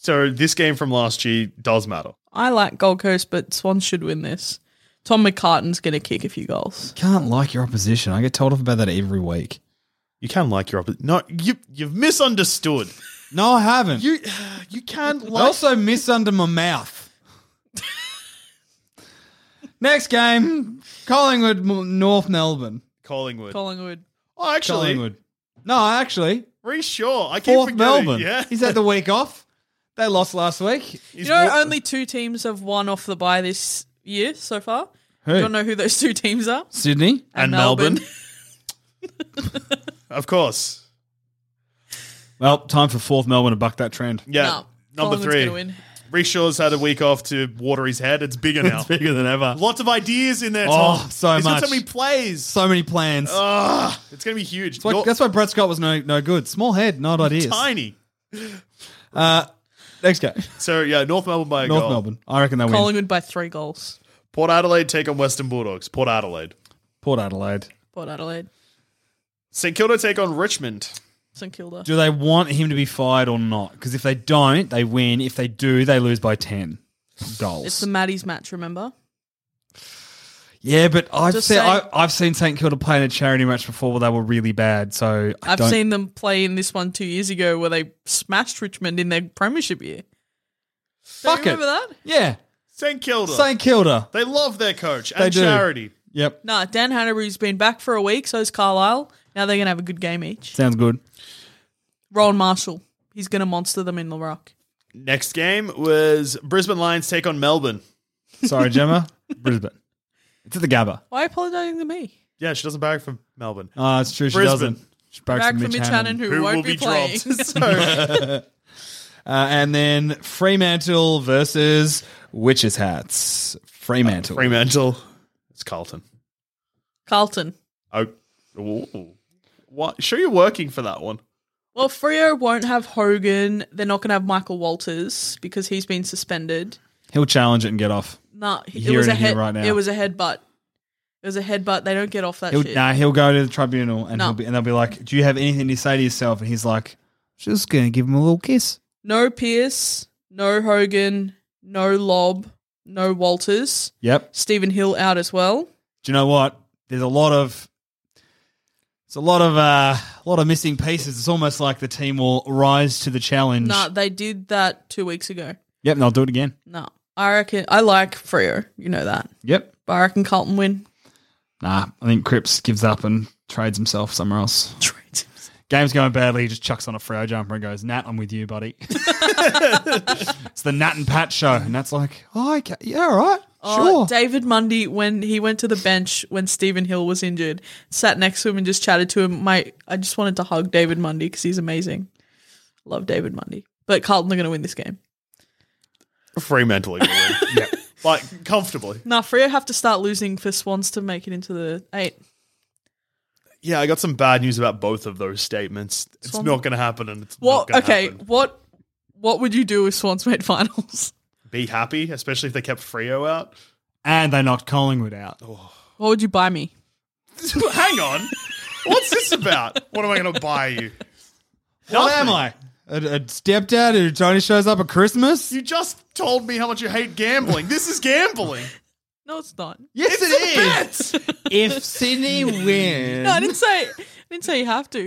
So this game from last year does matter. I like Gold Coast, but Swans should win this. Tom McCartan's going to kick a few goals. can't like your opposition. I get told off about that every week. You can like your opposite. No, you you've misunderstood. No, I haven't. You [sighs] [laughs] you can I like. also miss under my mouth. [laughs] Next game, Collingwood, M- North Melbourne. Collingwood. Collingwood. oh, actually, Collingwood. No, actually, Reece Shaw. I keep fourth forgetting. Melbourne. Yeah, He's had the week off. They lost last week. He's you know, wa- only two teams have won off the bye this year so far. Who? Do you know who those two teams are? Sydney. and Melbourne. [laughs] of course. Well, time for fourth Melbourne to buck that trend. Yeah. No, Number Collingwood's three. Gonna win. Reece Shaw's had a week off to water his head. It's bigger now. Bigger than ever. Lots of ideas in there, Oh, Tom. so He's got much. so many plays. So many plans. Ugh, it's going to be huge. that's, why, You're that's why Brett Scott was no no good. Small head, not ideas. tiny. Uh, next game, So, yeah, North Melbourne by a North goal. Melbourne. I reckon they win. Collingwood by three goals. Port Adelaide take on Western Bulldogs. Port Adelaide. Port Adelaide. Port Adelaide. St Kilda take on Richmond. St Kilda. Do they want him to be fired or not? Because if they don't, they win. If they do, they lose by ten goals. It's the Maddies match, remember? yeah, but I've Just seen, saying- I, I've seen St Kilda play in a charity match before where they were really bad. So I I've don't, seen them play in this one two years ago where they smashed Richmond in their premiership year. Fuck remember it. that? Yeah, St Kilda. St Kilda. they love their coach They and do. charity. Yep, Nah, Dan Hanbury's been back for a week, so's Carlisle. Now they're gonna have a good game each. sounds good. Rowan Marshall. He's gonna monster them in the rock. Next game was Brisbane Lions take on Melbourne. Sorry, Gemma. [laughs] Brisbane. It's at the Gabba. Why apologising to me? Yeah, she doesn't back for Melbourne. Ah, it's true. She Brisbane. doesn't. She backs Back for from Mitch Hannon, who, won't will be, be, playing. [laughs] dropped. so, Uh, and then Fremantle versus Witches Hats. Fremantle. Fremantle. It's Carlton. Carlton. Oh, ooh. what? Sure, you're working for that one. Well, Frio won't have Hogan. They're not going to have Michael Walters because he's been suspended. He'll challenge it and get off. Nah, he- You're it was a hearing it here head. right now. It was a headbutt. It was a headbutt. They don't get off that He'll, shit. nah, he'll go to the tribunal and No. he'll be, and they'll be like, "Do you have anything to say to yourself?" And he's like, "Just gonna give him a little kiss." No Pierce. No Hogan. No Lob. No Walters. Yep. Stephen Hill out as well. Do you know what? There's a lot of it's a lot of uh, a lot of missing pieces. It's almost like the team will rise to the challenge. Nah, they did that two weeks ago. Yep, and they'll do it again. No, I reckon I like Frio. You know that. Yep. But I reckon [laughs] Carlton win. Nah, I think Cripps gives up and trades himself somewhere else. Trades. Game's going badly. He just chucks on a fro jumper and goes, Nat, I'm with you, [laughs] buddy. it's the Nat and Pat show. And Nat's like, oh, okay. Yeah, all right. Oh, sure. David Mundy, when he went to the bench when Stephen Hill was injured, sat next to him and just chatted to him. My, I just wanted to hug David Mundy because he's amazing. Love David Mundy. But Carlton are going to win this game. [laughs] Fremantle. yeah. Like, comfortably. Now, Freo have to start losing for Swans to make it into the eight. Yeah, I got some bad news about both of those statements. It's Swan- not going to happen, and it's not What? going to Okay, happen. what? What would you do if Swans made [laughs] finals? Be happy, especially if they kept Frio out. and they knocked Collingwood out. What would you buy me? Hang on, what's this about? What am I going to buy you? what am I? A, a stepdad who only shows up at Christmas? You just told me how much you hate gambling. This is gambling. No, it's not. yes, It's a bet. [laughs] if Sydney wins, No, I didn't say. I didn't say you have to.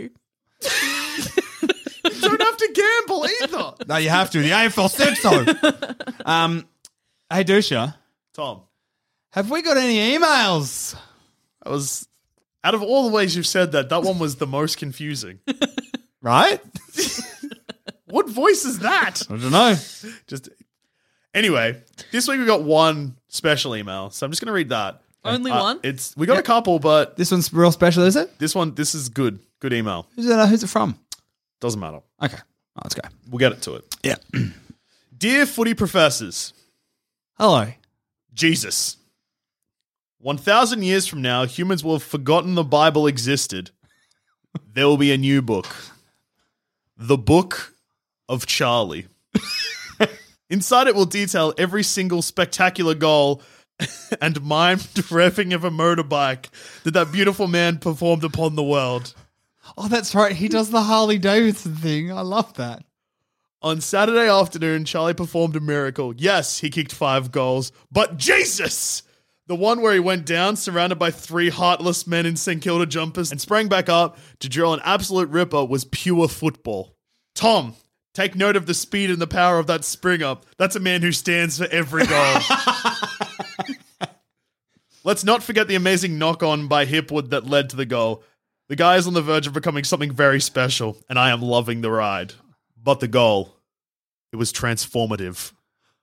You don't have to gamble either. No, you have to. The AFL said so. um, hey, Dusha, Tom, have we got any emails? I was out of all the ways you've said that, that one was the most confusing. Right? What voice is that? I don't know. Just anyway, this week we got one special email, so I'm just gonna read that. Only Uh, one. It's we got a couple, but This one's real special, is it? this one, this is good. Good email. Who's it, who's it from? Doesn't matter. Okay. Oh, let's go. We'll get it to it. Yeah. [clears throat] Dear footy professors, Hello. Jesus. 1,000 years from now, humans will have forgotten the Bible existed. There will be a new book. The Book of Charlie. [laughs] Inside it will detail every single spectacular goal [laughs] and mimed revving of a motorbike that that beautiful man performed upon the world. Oh, that's right. He does the Harley Davidson thing. I love that. On Saturday afternoon, Charlie performed a miracle. Yes, he kicked five goals, but Jesus! The one where he went down surrounded by three heartless men in St. Kilda jumpers and sprang back up to drill an absolute ripper was pure football. Tom, take note of the speed and the power of that spring up. That's a man who stands for every goal. Let's not forget the amazing knock on by Hipwood that led to the goal. The guy is on the verge of becoming something very special, and I am loving the ride. But the goal, it was transformative.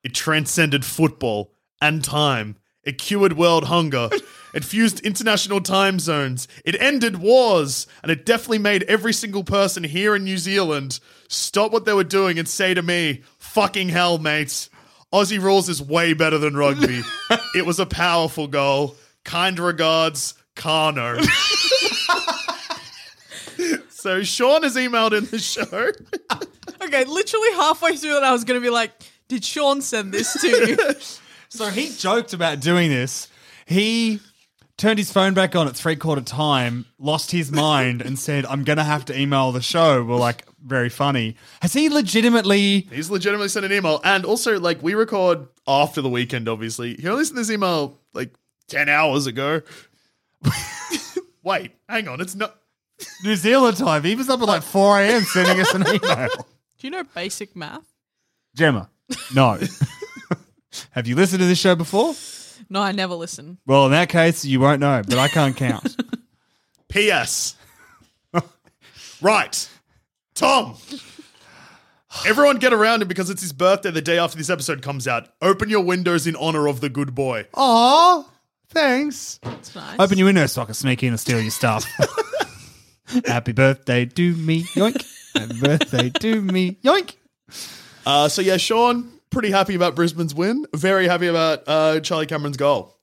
It transcended football and time. It cured world hunger. It fused international time zones. It ended wars. And it definitely made every single person here in New Zealand stop what they were doing and say to me, fucking hell, mates. Aussie rules is way better than rugby. it was a powerful goal. Kind regards, Carno. [laughs] so Sean has emailed in the show. Okay, literally halfway through it, I was going to be like, "Did Sean send this to [laughs] you?" So he joked about doing this. He turned his phone back on at three quarter time, lost [laughs] his mind, and said, I'm going to have to email the show. We're like, very funny. Has he legitimately. He's legitimately sent an email. And also, like, we record after the weekend, obviously. He only sent this email like 10 hours ago. [laughs] Wait, hang on. It's not. New Zealand time. He was up at like 4 a.m. sending us an email. Do you know basic math? [laughs] Gemma, no. [laughs] Have you listened to this show before? No, I never listen. Well, in that case, you won't know, but I can't [laughs] count. P.S. [laughs] right. Tom. Everyone get around him because it's his birthday the day after this episode comes out. Open your windows in honor of the good boy. Aw, thanks. It's nice. Open your window so I can sneak in and steal your stuff. Happy birthday to me, yoink. Happy birthday to me, yoink. Uh, so, yeah, Sean, pretty happy about Brisbane's win. Very happy about uh, Charlie Cameron's goal.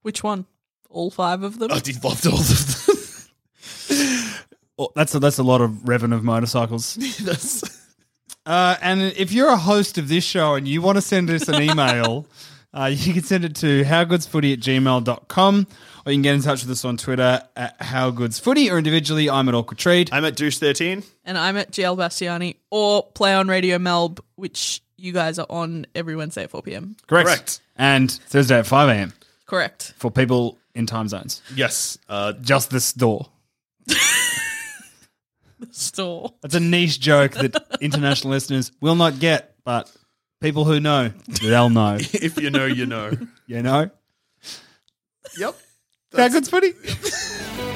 Which one? All five of them. I Oh, did love all of them. [laughs] Oh, that's a, that's a lot of revving of motorcycles. Uh, and if you're a host of this show and you want to send us an email, uh, you can send it to howgoodsfooty at gmail.com or you can get in touch with us on Twitter at howgoodsfooty or individually, I'm at Awkward Treat. I'm at douche 13. and I'm at GL Bastiani or Play on Radio Melb, which you guys are on every Wednesday at 4 p.m. Correct. Correct. And Thursday at 5 a.m. Correct. for people in time zones. Yes. Uh, [laughs] Just this door. Store. That's a niche joke that international listeners will not get, but people who know, they'll know. if you know, you know. You know? yep. That's good footy.